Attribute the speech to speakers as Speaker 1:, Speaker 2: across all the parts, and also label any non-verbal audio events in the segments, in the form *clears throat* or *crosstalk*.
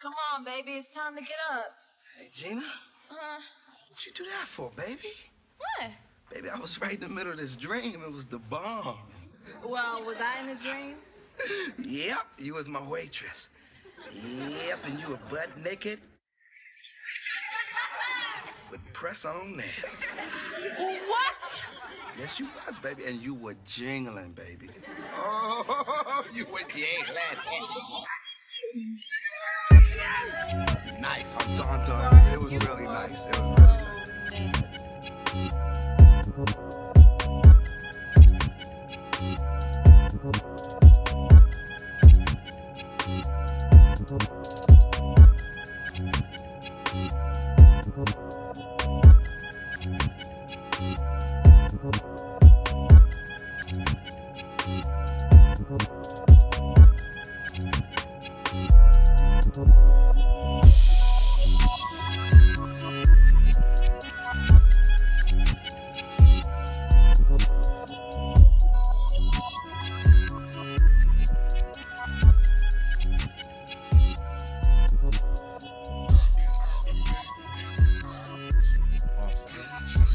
Speaker 1: Come on, baby. It's time to get up.
Speaker 2: Hey, Gina,
Speaker 1: Uh,
Speaker 2: what you do that for, baby?
Speaker 1: what?
Speaker 2: Baby, I was right in the middle of this dream. It was the bomb.
Speaker 1: Well, was I in his dream?
Speaker 2: Yep, you was my waitress. Yep, and you were butt naked with press on nails.
Speaker 1: What?
Speaker 2: Yes, you was, baby, and you were jingling, baby. Oh, *laughs* you were jingling. nice. I'm done, done. It was really nice. It was really
Speaker 1: Oh,
Speaker 2: nice.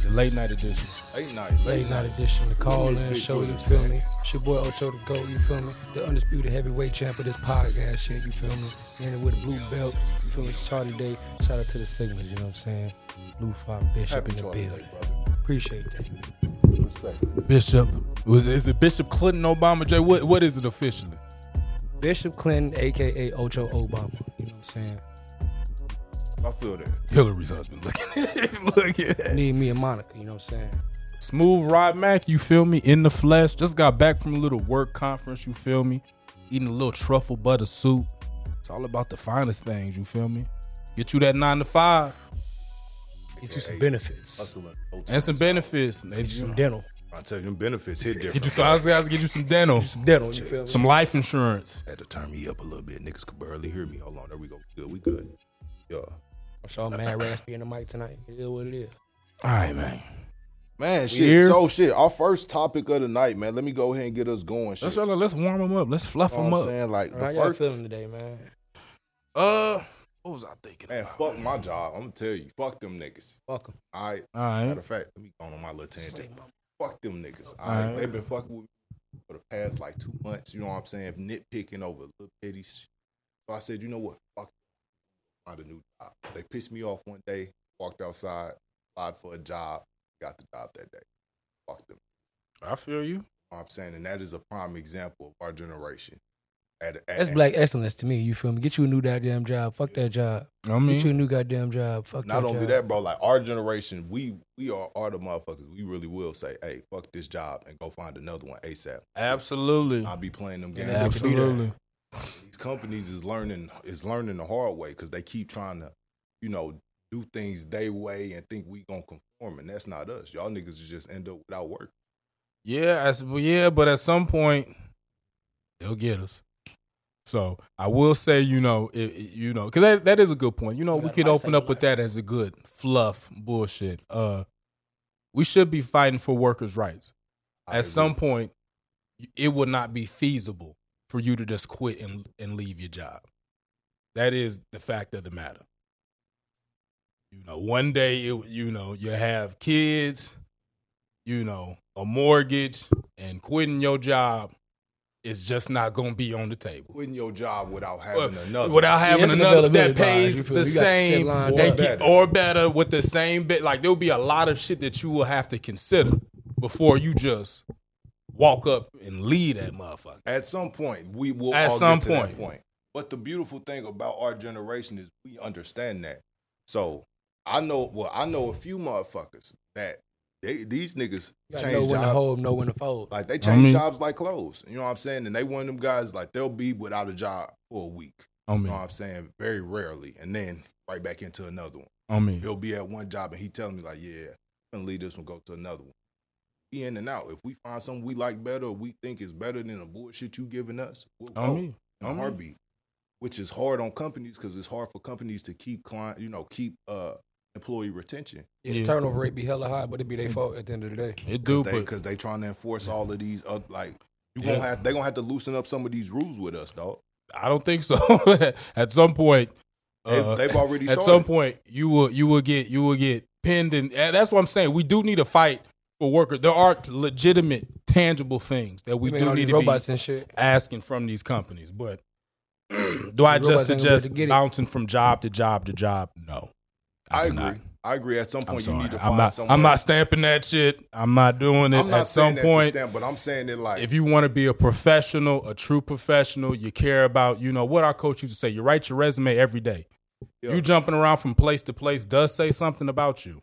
Speaker 3: The late night edition. Late night.
Speaker 4: Late night edition, the call
Speaker 3: This
Speaker 4: in
Speaker 3: big
Speaker 4: show,
Speaker 3: boy
Speaker 4: you
Speaker 3: is
Speaker 4: feel
Speaker 3: back.
Speaker 4: me? It's your boy Ocho the GOAT, you feel me? The undisputed heavyweight champ of this podcast shit, you feel me? In it with a blue belt, you feel me? It's Charlie Day. Shout out to the segment, you know what I'm saying? Blue Five Bishop
Speaker 3: Happy
Speaker 4: in the
Speaker 3: Charlie Day,
Speaker 4: building.
Speaker 3: brother.
Speaker 4: Appreciate that.
Speaker 3: Respect.
Speaker 5: Bishop. Was- Is it Bishop Clinton Obama J? What what is it officially?
Speaker 4: Bishop Clinton, aka Ocho Obama, you know what I'm saying?
Speaker 3: I feel that.
Speaker 5: Hillary's husband. Look at it. *laughs* Look at it.
Speaker 4: Need me a Monica, you know what I'm saying?
Speaker 5: Smooth Rod Mac, you feel me? In the flesh. Just got back from a little work conference, you feel me? Eating a little truffle butter soup. It's all about the finest things, you feel me? Get you that nine to five
Speaker 4: Get you some benefits.
Speaker 3: Hustling. OT.
Speaker 5: and some benefits. They
Speaker 4: Get you
Speaker 5: just-
Speaker 4: some dental.
Speaker 3: I tell you, them benefits hit different.
Speaker 5: Get you some, I was gonna get you some dental,
Speaker 4: Some dental, you feel me?
Speaker 5: some life insurance.
Speaker 3: Had to turn me up a little bit. Niggas could barely hear me. Hold on. There we go. Good. We good. Yeah.
Speaker 4: I'm sure I'm mad raspy in the mic tonight. It is what it is.
Speaker 5: All right, man.
Speaker 3: Man, shit.
Speaker 5: here?
Speaker 3: So shit. Our first topic of the night, man. Let me go ahead and get us going. Shit.
Speaker 5: Let's let's warm them up. Let's fluff
Speaker 3: You know
Speaker 5: them
Speaker 3: what I'm
Speaker 5: up.
Speaker 3: saying? Like the
Speaker 4: How y'all
Speaker 3: first
Speaker 4: feeling today, man?
Speaker 5: Uh, what was I thinking?
Speaker 3: man,
Speaker 5: about?
Speaker 3: fuck my job. I'm gonna tell you. Fuck them niggas.
Speaker 4: Welcome.
Speaker 3: All right.
Speaker 5: All right.
Speaker 3: Matter of fact, let me go on my little tangent. Fuck them niggas. All
Speaker 5: All
Speaker 3: right.
Speaker 5: right.
Speaker 3: They've been fucking with me for the past like two months. You know what I'm saying? Nitpicking over little petty shit. So I said, you know what? Fuck. it. Find a new job. They pissed me off one day. Walked outside. Applied for a job. Got the job that day. Fuck them.
Speaker 5: I feel you.
Speaker 3: You know what I'm saying, and that is a prime example of our generation. At, at,
Speaker 4: That's
Speaker 3: at-
Speaker 4: black excellence to me. You feel me? Get you a new goddamn job. Fuck that job.
Speaker 5: I
Speaker 4: Get you a
Speaker 5: mean,
Speaker 4: new goddamn job. Fuck
Speaker 3: Mm-hmm. Not
Speaker 4: that
Speaker 3: only
Speaker 4: job.
Speaker 3: that, bro. Like our generation, we we are are the motherfuckers. We really will say, "Hey, fuck this job and go find another one asap."
Speaker 5: absolutely,
Speaker 3: I'll be playing them games.
Speaker 5: absolutely.
Speaker 3: These companies is learning is learning the hard way because they keep trying to, you know, do things they way and think we gonna conform, and that's not us. Y'all niggas just end up without work.
Speaker 5: Yeah, as, well, yeah, but at some point, they'll get us. So I will say, you know, it, it- you know, because that, that is a good point. You know,
Speaker 4: You
Speaker 5: we
Speaker 4: gotta
Speaker 5: could
Speaker 4: like,
Speaker 5: open
Speaker 4: say,
Speaker 5: up with that as a good fluff bullshit. Uh, we should be fighting for workers' rights.
Speaker 3: I
Speaker 5: At some
Speaker 3: agree.
Speaker 5: point, it would not be feasible for you to just quit and and leave your job. That is the fact of the matter. You know, one day it, you know you have kids, you know, a mortgage, and quitting your job is just not going to be on the table.
Speaker 3: quitting your job without having another
Speaker 5: Without having
Speaker 4: it's an
Speaker 5: another that
Speaker 4: availability bias,
Speaker 5: pays
Speaker 4: you
Speaker 5: the
Speaker 4: feel me? You gotta sit
Speaker 5: same
Speaker 4: lined
Speaker 5: and
Speaker 3: up.
Speaker 5: get- or better with the same bit, like there'll be a lot of shit that you will have to consider before you just walk up and leave that motherfucker.
Speaker 3: At some point, we will
Speaker 5: At
Speaker 3: all
Speaker 5: some
Speaker 3: get to that
Speaker 5: point.
Speaker 3: point. But the beautiful thing about our generation is we understand that. So I know, well, I know a few motherfuckers that they these niggas
Speaker 4: You gotta know
Speaker 3: change
Speaker 4: when to
Speaker 3: jobs.
Speaker 4: hold, know when to fold.
Speaker 3: like they change
Speaker 5: mean-
Speaker 3: jobs like clothes. You know what I'm saying? And they one of them guys like they'll be without a job for a week.
Speaker 5: On
Speaker 3: You
Speaker 5: me,
Speaker 3: know what I'm saying? Very rarely, and then right back into another one.
Speaker 5: on me.
Speaker 3: He'll be at one job and he telling me like, "Yeah, I'm gonna leave this one, go to another one." Be in and out. If we find something we like better, or we think is better than the bullshit you giving us, we'll
Speaker 5: On
Speaker 3: go
Speaker 5: me.
Speaker 3: in a
Speaker 5: On me.
Speaker 3: heartbeat. Which is hard on companies because it's hard for companies to keep client, you know, keep uh employee retention
Speaker 4: Yeah, the
Speaker 5: Yeah.
Speaker 4: turnover rate be hella high, but it be
Speaker 3: Mm-hmm.
Speaker 4: their fault at the end of the day.
Speaker 5: It do, but
Speaker 3: because they, trying to enforce all of these. Uh, like you gonna
Speaker 5: Yeah.
Speaker 3: have they gonna have to loosen up some of these rules with us, dog.
Speaker 5: I don't think so. *laughs* At some point, Uh,
Speaker 3: they've already
Speaker 5: at
Speaker 3: started.
Speaker 5: some point you will you will get you will get pinned and and that's what I'm saying. We do need a fight for workers. There are legitimate, tangible things that we
Speaker 4: I mean,
Speaker 5: do
Speaker 4: all
Speaker 5: need
Speaker 4: these
Speaker 5: to be
Speaker 4: robots and shit.
Speaker 5: asking from these companies. But *clears throat* do I just
Speaker 4: The robots ain't gonna be able to
Speaker 5: suggest
Speaker 4: get it.
Speaker 5: bouncing from job to job to job? No,
Speaker 3: I
Speaker 5: do
Speaker 3: agree.
Speaker 5: not.
Speaker 3: I agree. At some
Speaker 5: I'm
Speaker 3: point, you
Speaker 5: sorry.
Speaker 3: need to find
Speaker 5: I'm not.
Speaker 3: somewhere.
Speaker 5: I'm not stamping that shit. I'm not doing it.
Speaker 3: I'm not
Speaker 5: At some
Speaker 3: saying that to
Speaker 5: point,
Speaker 3: stamp, but I'm saying that like
Speaker 5: if you want to be a professional, a true professional, you care about, you know, what our coach used to say, you write your resume every day.
Speaker 3: Yeah.
Speaker 5: You jumping around from place to place does say something about you.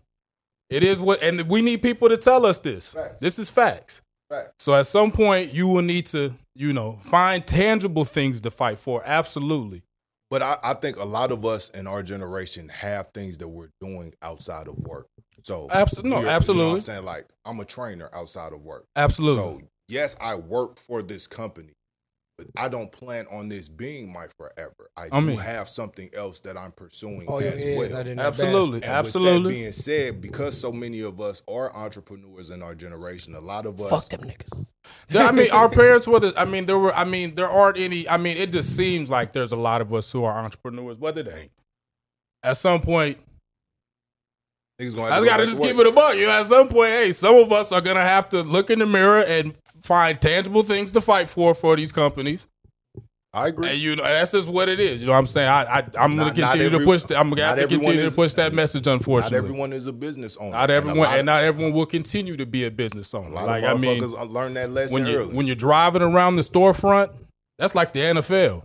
Speaker 5: It is what, and we need people to tell us this.
Speaker 3: Facts.
Speaker 5: This is facts.
Speaker 3: Facts.
Speaker 5: So at some point, you will need to, you know, find tangible things to fight for. Absolutely.
Speaker 3: But I, I think a lot of us in our generation have things that we're doing outside of work. So
Speaker 5: Abso- no,
Speaker 3: we're- you know what
Speaker 5: absolutely.
Speaker 3: I'm saying like I'm a trainer outside of work.
Speaker 5: Absolutely.
Speaker 3: So yes, I work for this company, but I don't plan on this being my forever. I,
Speaker 5: I
Speaker 3: do
Speaker 5: mean-
Speaker 3: have something else that I'm pursuing
Speaker 4: All your
Speaker 3: as
Speaker 4: ears
Speaker 3: well.
Speaker 4: out in that
Speaker 5: absolutely.
Speaker 3: And With that
Speaker 5: Absolutely.
Speaker 3: being said, because so many of us are entrepreneurs in our generation, a lot of us
Speaker 4: basket. Fuck them niggas.
Speaker 5: I mean, our parents were. The, I mean, there were. I mean, there aren't any. I mean, it just seems like there's a lot of us who are entrepreneurs, but it ain't. At some point,
Speaker 3: niggas gonna
Speaker 5: I just gotta just keep it a buck. You know, at some point, hey, some of us are gonna have to look in the mirror and find tangible things to fight for for these companies.
Speaker 3: I agree.
Speaker 5: And you know, that's just what it is. You know what I'm saying? I, I I'm
Speaker 3: Not-
Speaker 5: gonna continue
Speaker 3: not every-
Speaker 5: to push. The, I'm gonna have
Speaker 3: not
Speaker 5: to
Speaker 3: everyone
Speaker 5: continue
Speaker 3: is-
Speaker 5: to push that message.
Speaker 3: not
Speaker 5: Unfortunately,
Speaker 3: everyone is a business owner.
Speaker 5: Not
Speaker 3: a
Speaker 5: everyone,
Speaker 3: lot
Speaker 5: and not everyone will continue to be a business owner.
Speaker 3: A lot
Speaker 5: Like I
Speaker 3: of
Speaker 5: mean,
Speaker 3: motherfuckers learn that lesson
Speaker 5: when you
Speaker 3: early.
Speaker 5: when you're driving around the storefront, that's like the NFL.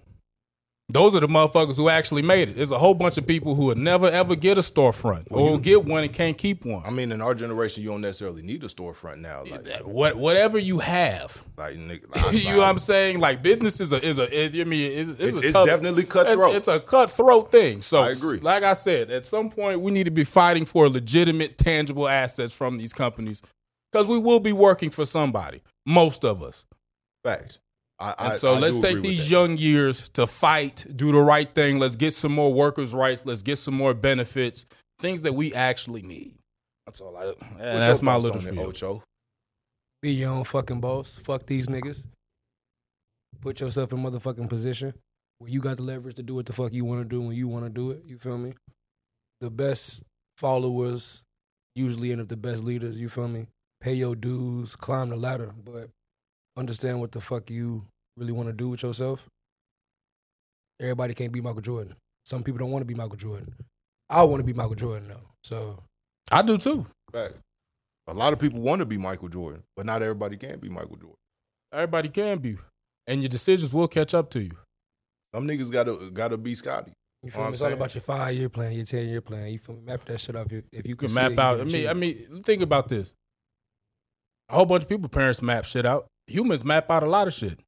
Speaker 5: Those are the motherfuckers who actually made it. There's a whole bunch of people who would never ever get a storefront or will get one and can't keep one.
Speaker 3: I mean, in our generation, you don't necessarily need a storefront now. Like,
Speaker 5: what whatever you have, *laughs*
Speaker 3: like, nigga, like,
Speaker 5: you know what I'm saying? Like business is a is a it, I mean it's, it's,
Speaker 3: It's-
Speaker 5: a
Speaker 3: it's
Speaker 5: tough-
Speaker 3: definitely cutthroat.
Speaker 5: It's, it's a cutthroat thing. So
Speaker 3: I agree.
Speaker 5: Like I said, at some point we need to be fighting for legitimate, tangible assets from these companies because we will be working for somebody. Most of us.
Speaker 3: facts. I,
Speaker 5: And
Speaker 3: I,
Speaker 5: so
Speaker 3: I
Speaker 5: let's
Speaker 3: do
Speaker 5: take
Speaker 3: agree with
Speaker 5: these
Speaker 3: that.
Speaker 5: young years to fight, do the right thing. Let's get some more workers' rights. Let's get some more benefits, things that we actually need. That's all I. And
Speaker 3: What's
Speaker 5: that's
Speaker 3: your
Speaker 5: my
Speaker 3: thoughts
Speaker 5: little
Speaker 3: on it,
Speaker 5: spiel.
Speaker 3: Ocho.
Speaker 4: Be your own fucking boss. Fuck these niggas. Put yourself in motherfucking position where you got the leverage to do what the fuck you want to do when you want to do it. You feel me? The best followers usually end up the best leaders. You feel me? Pay your dues, climb the ladder, but understand what the fuck you really want to do with yourself. Everybody can't be Michael Jordan. Some people don't want to be Michael Jordan. I want to be Michael Jordan though. So
Speaker 5: I do too.
Speaker 3: Facts. A lot of people want to be Michael Jordan, but not everybody can be Michael Jordan.
Speaker 5: Everybody can be, and your decisions will catch up to you.
Speaker 3: Some niggas gotta gotta be Scotty.
Speaker 4: You
Speaker 3: Know
Speaker 4: feel
Speaker 3: what
Speaker 4: me?
Speaker 3: I'm
Speaker 4: It's all
Speaker 3: saying?
Speaker 4: about your five year plan, your ten year plan. You feel me? Map that shit off. If, if you
Speaker 5: You can
Speaker 4: can see it,
Speaker 5: map
Speaker 4: you
Speaker 5: out. I
Speaker 4: can
Speaker 5: mean,
Speaker 4: achieve
Speaker 5: I
Speaker 4: it.
Speaker 5: mean, think about this. A whole bunch of people, parents map shit out. Humans map out a lot of shit,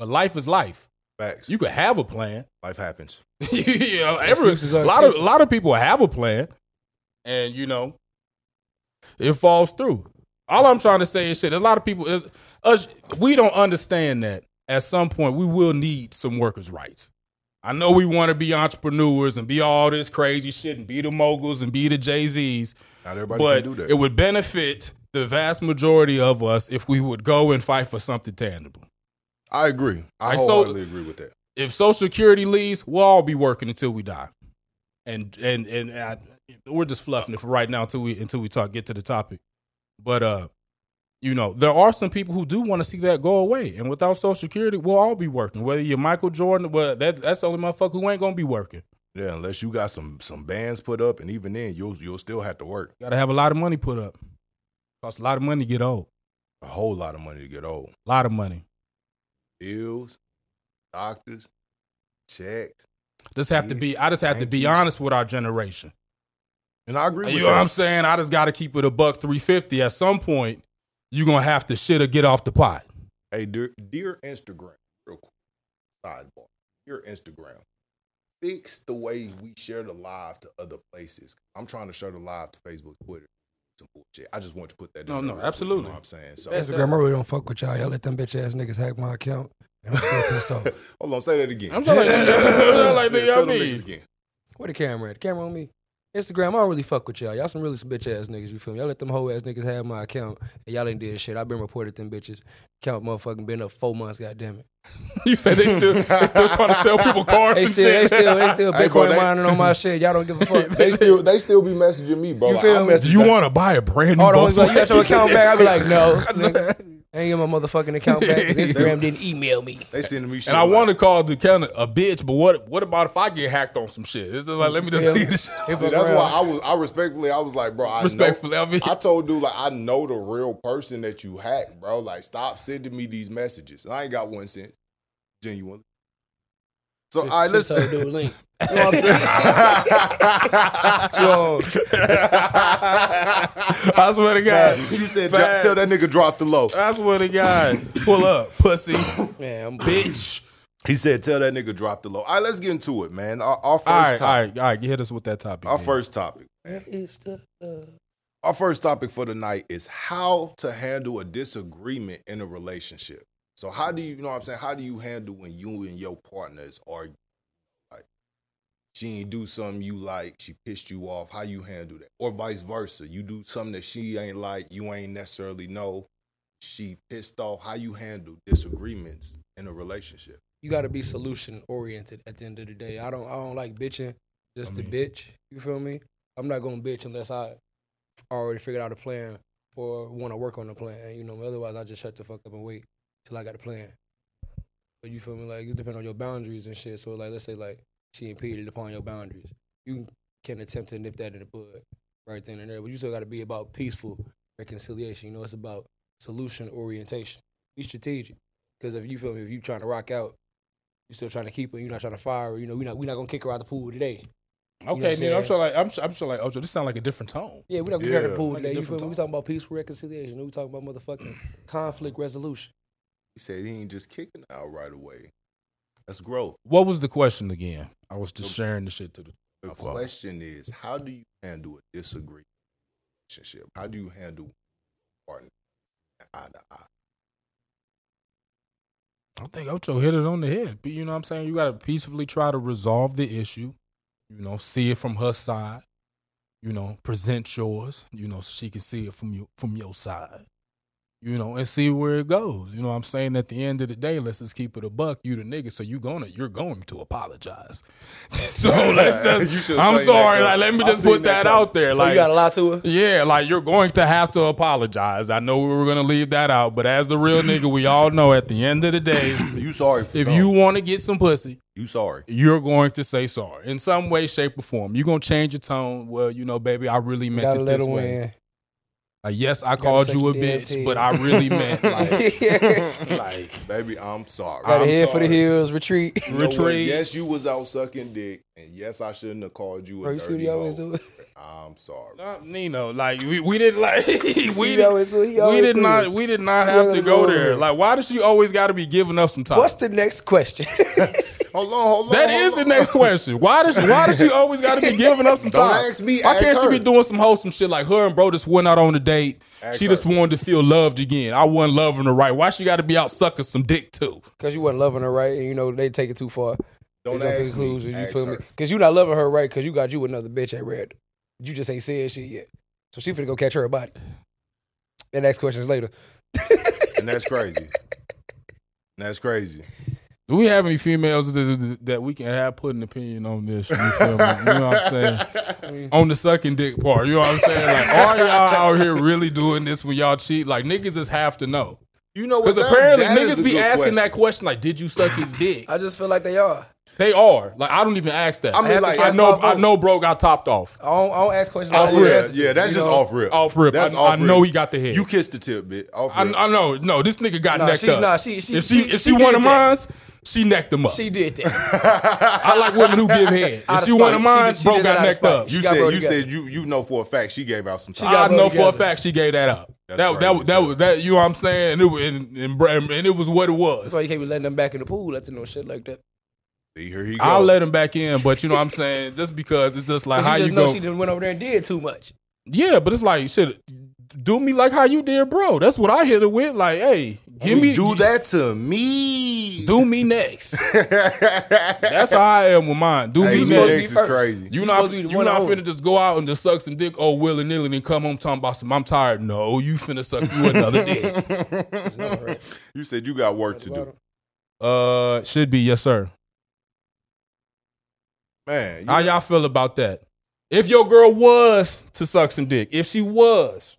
Speaker 5: but life is life.
Speaker 3: Facts.
Speaker 5: You can have a plan. *laughs*
Speaker 3: Life happens.
Speaker 5: you know, every,
Speaker 4: Excuses are
Speaker 5: a lot of a
Speaker 4: excuses.
Speaker 5: lot of people have a plan, and you know, it falls through. All I'm trying to say is shit. There's a lot of people is us. We don't understand that at some point we will need some workers' rights. I know we want to be entrepreneurs and be all this crazy shit and be the moguls and be the Jay Z's,
Speaker 3: Not everybody
Speaker 5: but
Speaker 3: can do that.
Speaker 5: it would benefit the vast majority of us if we would go and fight for something tangible.
Speaker 3: I agree. I
Speaker 5: Like, so-
Speaker 3: wholeheartedly agree with that.
Speaker 5: if Social Security leaves, we'll all be working until we die, and and and I, we're just fluffing it for right now until we until we talk get to the topic. But uh, you know, there are some people who do want to see that go away, and without Social Security, we'll all be working. Whether you're Michael Jordan, well, that that's the only motherfucker who ain't gonna be working.
Speaker 3: Yeah, unless you got some some bands put up, and even then, you'll you'll still have to work
Speaker 5: Got to have a lot of money put up. Costs a lot of money to get old.
Speaker 3: a whole lot of money to get old.
Speaker 5: A lot of money.
Speaker 3: Bills, doctors, checks,
Speaker 5: Just have to be. I just have to
Speaker 3: Thank
Speaker 5: be
Speaker 3: you.
Speaker 5: honest with our generation.
Speaker 3: and I agree.
Speaker 5: You
Speaker 3: with
Speaker 5: know what
Speaker 3: that.
Speaker 5: I'm saying? I just got to keep it a buck 350. At some point, you're going to have to shit or get off the pot. *laughs*
Speaker 3: Hey, dear, dear Instagram, real quick, sidebar. Dear Instagram, fix the way we share the live to other places. I'm trying to share the live to Facebook, Twitter, some bullshit. I just want to put that. in
Speaker 5: No,
Speaker 3: there
Speaker 5: no,
Speaker 3: real quick,
Speaker 5: absolutely.
Speaker 3: You know what I'm saying? So,
Speaker 5: That's-
Speaker 4: Instagram, I really don't fuck with y'all. Y'all let them bitch ass niggas hack my account, and I'm still pissed *laughs* off.
Speaker 3: *laughs* hold on, say that again. *laughs*
Speaker 5: I'm just like,
Speaker 3: Yeah,
Speaker 5: I'm just like *laughs*
Speaker 3: tell
Speaker 5: y'all
Speaker 3: them niggas
Speaker 5: mean.
Speaker 3: again.
Speaker 4: Where the camera at? The camera on me. Instagram, I don't really fuck with y'all. Y'all some really some bitch ass niggas, you feel me? Y'all let them hoe ass niggas have my account and y'all ain't did shit. i been reported them bitches. Count motherfucking been up four months, goddamn it.
Speaker 5: You say they still they still trying to
Speaker 4: *laughs*
Speaker 5: sell people cars
Speaker 4: They
Speaker 5: and
Speaker 4: still, they
Speaker 5: shit.
Speaker 4: still, *laughs* they still
Speaker 3: Hey, bro,
Speaker 4: Bitcoin
Speaker 3: they-
Speaker 4: mining on my shit. Y'all don't give a *laughs* fuck.
Speaker 5: *laughs*
Speaker 3: They still they still be messaging me, bro.
Speaker 4: You
Speaker 3: Like,
Speaker 4: feel
Speaker 3: I
Speaker 4: me?
Speaker 3: message
Speaker 5: you
Speaker 3: that-
Speaker 5: want to buy a brand new
Speaker 4: All the ones like, you
Speaker 5: Volkswagen?
Speaker 4: got your account back? I'd be like, *laughs* no. nigga. I ain't get my motherfucking account back. *laughs* 'cause Instagram didn't email me.
Speaker 3: They sending me
Speaker 5: *laughs*
Speaker 3: shit.
Speaker 5: and I
Speaker 3: like,
Speaker 5: want to call the kind of a bitch, but what what about if I get hacked on some shit? It's just like let me just
Speaker 4: Yeah.
Speaker 5: leave this shit.
Speaker 4: If
Speaker 3: See,
Speaker 4: I'm
Speaker 3: that's
Speaker 4: around-
Speaker 3: why I was. I respectfully, I was like, bro, I
Speaker 5: Respectfully,
Speaker 3: know,
Speaker 5: I mean-
Speaker 3: I told dude like, I know the real person that you hacked, bro. Like, stop sending me these messages. And I ain't got one cent, genuinely. So I
Speaker 4: Just told
Speaker 3: listen. *laughs*
Speaker 4: dude link.
Speaker 3: You know what I'm
Speaker 5: *laughs*
Speaker 3: saying?
Speaker 4: Yo,
Speaker 3: *laughs*
Speaker 5: I swear to God,
Speaker 3: you said
Speaker 5: Facts.
Speaker 3: tell that nigga drop the low.
Speaker 5: I swear to God, pull up, pussy,
Speaker 4: man, I'm
Speaker 5: bitch.
Speaker 3: He said tell that nigga drop the low. All right, let's get into it, man. Our, our first
Speaker 5: All right,
Speaker 3: topic.
Speaker 5: all right, all right. Hit us with that topic.
Speaker 3: Our
Speaker 5: man.
Speaker 3: first topic. Our first topic for the night is how to handle a disagreement in a relationship. So how do you, you know what I'm saying? How do you handle when you and your partner is arguing? Like she ain't do something you like, she pissed you off. How you handle that? Or vice versa. You do something that she ain't like, you ain't necessarily know. She pissed off. How you handle disagreements in a relationship?
Speaker 4: you got to be solution oriented at the end of the day. I don't I don't like bitching just to bitch. You feel me? I'm not gonna bitch unless I already figured out a plan or want to work on a plan. You know, otherwise I just shut the fuck up and wait till I got a plan. But you feel me? Like it depends on your boundaries and shit. So like, let's say like she impeded upon your boundaries. You can attempt to nip that in the bud right then and there. But you still got to be about peaceful reconciliation. You know, it's about solution orientation. Be strategic. Because if you feel me, if you trying to rock out, you still trying to keep her. You're not trying to fire her. You know, we're not we not gonna kick her out the pool today. You know what
Speaker 5: Okay,
Speaker 4: I'm
Speaker 5: then I'm
Speaker 4: saying?
Speaker 5: sure like I'm sure, I'm sure like oh, this sound like a different tone.
Speaker 4: Yeah, we not gonna kick her out
Speaker 3: Yeah.
Speaker 4: the pool
Speaker 5: Like a
Speaker 4: today. You feel
Speaker 5: different
Speaker 4: me? We
Speaker 5: talk.
Speaker 4: talking about peaceful reconciliation. We talking about *clears throat* motherfucking conflict resolution.
Speaker 3: He said he ain't just kicking her out right away. That's growth.
Speaker 5: What was the question again? I was just sharing the shit to the.
Speaker 3: The
Speaker 5: My fault.
Speaker 3: question is, how do you handle a disagreement in a relationship? How do you handle partner eye to eye?
Speaker 5: I think Ocho hit it on the head. But you know what I'm saying? You gotta peacefully try to resolve the issue. You know, see it from her side. You know, present yours. You know, so she can see it from you from your side. You know, and see where it goes. You know what I'm saying? At the end of the day, let's just keep it a buck. You the nigga, so you gonna you're going to apologize. *laughs* so let's
Speaker 3: *laughs* You
Speaker 5: just
Speaker 3: should've
Speaker 5: I'm
Speaker 3: seen that
Speaker 5: sorry,
Speaker 3: coming.
Speaker 5: like let me
Speaker 3: I
Speaker 5: just
Speaker 3: seen
Speaker 5: put
Speaker 3: that
Speaker 5: that,
Speaker 3: coming.
Speaker 5: out there.
Speaker 4: So
Speaker 5: like
Speaker 4: you got a lot to her.
Speaker 5: yeah, like you're going to have to apologize. I know we were going to leave that out, but as the real nigga, we all know at the end of the day,
Speaker 3: *clears throat* You sorry for
Speaker 5: if
Speaker 3: something.
Speaker 5: you want to get some pussy,
Speaker 3: you sorry.
Speaker 5: you're going to say sorry in some way, shape, or form. You're going to change your tone. Well, you know, baby, I really meant
Speaker 4: Gotta
Speaker 5: it
Speaker 4: let
Speaker 5: this
Speaker 4: her
Speaker 5: way.
Speaker 4: win.
Speaker 5: Like, yes, I called
Speaker 4: take
Speaker 5: you a
Speaker 4: your damn
Speaker 5: bitch,
Speaker 4: team.
Speaker 5: but I really
Speaker 4: *laughs*
Speaker 5: meant like,
Speaker 3: Like, baby, I'm sorry.
Speaker 4: Gotta
Speaker 5: I'm
Speaker 4: head for the
Speaker 5: sorry.
Speaker 4: hills. Retreat.
Speaker 3: You know what?
Speaker 5: retreat.
Speaker 3: Yes, you was out sucking dick, and yes, I shouldn't have called you a
Speaker 4: Bro, you see what
Speaker 3: dirty
Speaker 4: he always
Speaker 3: hoe.
Speaker 4: do?
Speaker 3: I'm sorry.
Speaker 5: Not Nino, like we, we didn't like *laughs*
Speaker 4: *laughs*
Speaker 5: we,
Speaker 4: he
Speaker 5: did,
Speaker 4: always do- he
Speaker 5: we
Speaker 4: always
Speaker 5: did
Speaker 4: do
Speaker 5: not
Speaker 4: this.
Speaker 5: we did not
Speaker 4: He
Speaker 5: have
Speaker 4: always
Speaker 5: to
Speaker 4: go
Speaker 5: go
Speaker 4: over
Speaker 5: there.
Speaker 4: here.
Speaker 5: Like why does she always got to be giving up some time?
Speaker 4: What's the next question? *laughs*
Speaker 3: Hold on, hold on.
Speaker 5: That
Speaker 3: hold
Speaker 5: is the
Speaker 3: on. *laughs*
Speaker 5: next question. Why does why does she always got to be giving up some
Speaker 3: Don't
Speaker 5: time?
Speaker 3: ask me,
Speaker 5: why
Speaker 3: ask
Speaker 5: can't
Speaker 3: her.
Speaker 5: she be doing some wholesome shit like her and bro just went out on a date?
Speaker 3: Ask
Speaker 5: she just
Speaker 3: her.
Speaker 5: wanted to feel loved again. I wasn't loving her right. Why she got to be out sucking some dick too?
Speaker 4: Because you wasn't loving her right, and you know they take it too far.
Speaker 3: Don't
Speaker 4: They jump to
Speaker 3: ask me.
Speaker 4: conclusions, You
Speaker 3: Ask
Speaker 4: feel me?
Speaker 3: her.
Speaker 4: Because you not loving her right, because you got you another bitch at red. You just ain't said shit yet, so she finna go catch her a body. And ask questions later.
Speaker 3: And that's crazy. And that's crazy.
Speaker 5: Do we have any females that, that we can have put an opinion on this? You, feel me? You know what I'm
Speaker 3: *laughs*
Speaker 5: saying? on the sucking dick part. You know what I'm saying? Like, are y'all out here really doing this when y'all cheat? Like, niggas just have to know.
Speaker 3: You know what?
Speaker 5: Because apparently niggas be asking that question, like, did you suck his dick?
Speaker 4: I just feel like they are.
Speaker 5: They are. Like I don't even ask that.
Speaker 3: I mean,
Speaker 5: I,
Speaker 3: like-
Speaker 5: know,
Speaker 4: That's my
Speaker 5: I know, bro got topped off.
Speaker 4: I don't, I don't ask questions.
Speaker 3: Off
Speaker 4: I don't
Speaker 3: rip.
Speaker 4: ask
Speaker 3: Yeah, that's
Speaker 4: you
Speaker 3: just
Speaker 4: know?
Speaker 3: off rip.
Speaker 5: Off rip.
Speaker 3: That's
Speaker 5: I-
Speaker 3: off
Speaker 5: I
Speaker 3: rip.
Speaker 5: know he got the head.
Speaker 3: You kissed the tip, bitch. Off
Speaker 5: I,
Speaker 3: rip.
Speaker 5: I know, no, this nigga got
Speaker 4: Nah,
Speaker 5: necked
Speaker 4: she-
Speaker 5: up.
Speaker 4: nah, she- she-
Speaker 5: if she,
Speaker 4: she-
Speaker 5: if
Speaker 4: she
Speaker 5: she,
Speaker 4: did
Speaker 5: one of
Speaker 4: that.
Speaker 5: mines, she necked him up.
Speaker 4: She did that.
Speaker 5: I like women who give head.
Speaker 4: *laughs* Out
Speaker 5: If
Speaker 4: of
Speaker 5: she one
Speaker 4: spite.
Speaker 5: of mine,
Speaker 4: She did- she
Speaker 5: bro
Speaker 4: did that out
Speaker 5: got
Speaker 4: of
Speaker 5: necked
Speaker 4: spite.
Speaker 5: up.
Speaker 3: You
Speaker 4: got
Speaker 3: said
Speaker 4: brought
Speaker 3: you
Speaker 4: together.
Speaker 3: said you you know for a fact she gave out some
Speaker 4: got
Speaker 3: time.
Speaker 5: I
Speaker 4: brought
Speaker 5: know for a
Speaker 4: together.
Speaker 5: fact she gave that up.
Speaker 3: That's
Speaker 5: that, that,
Speaker 3: crazy,
Speaker 5: that, was that, you know what I'm saying? And it, was- and, and, bro, and it was what it was.
Speaker 4: That's why you can't be letting them back in the pool after no shit like that.
Speaker 3: See, here he go.
Speaker 5: I'll let him back in, but you know what I'm
Speaker 4: *laughs*
Speaker 5: saying? Just because it's just like
Speaker 4: 'Cause
Speaker 5: how
Speaker 4: you
Speaker 5: you
Speaker 4: just know
Speaker 5: go.
Speaker 4: she done went over there and did too much.
Speaker 5: Yeah, but it's like shit. Do me like how you did, bro. That's what I hit it with. Like, hey, Give me
Speaker 3: do that to me. *laughs*
Speaker 5: Do me next.
Speaker 3: That's
Speaker 5: That's how I am with mine. Do
Speaker 3: hey,
Speaker 5: me
Speaker 3: me
Speaker 4: supposed to
Speaker 5: next.
Speaker 3: next is
Speaker 4: first.
Speaker 3: crazy.
Speaker 5: You
Speaker 4: You
Speaker 5: not
Speaker 4: supposed to be
Speaker 5: you
Speaker 4: the one
Speaker 5: not
Speaker 4: over.
Speaker 5: finna just go out and just suck some dick oh willy nilly and come home talking about some I'm tired. No, you finna suck you another dick.
Speaker 4: *laughs*
Speaker 3: you said you got work to do,
Speaker 5: Uh, should be yes sir.
Speaker 3: man.
Speaker 5: How
Speaker 3: you-
Speaker 5: y'all feel about that? If your girl was to suck some dick, if she was,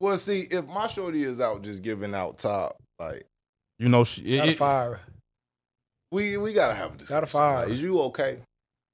Speaker 3: well, see, if my shorty is out just giving out top, like
Speaker 5: you know, she, it-
Speaker 4: Not a
Speaker 5: it-
Speaker 4: fire.
Speaker 3: we we gotta have a discussion.
Speaker 4: Gotta fire.
Speaker 3: Like, is you okay?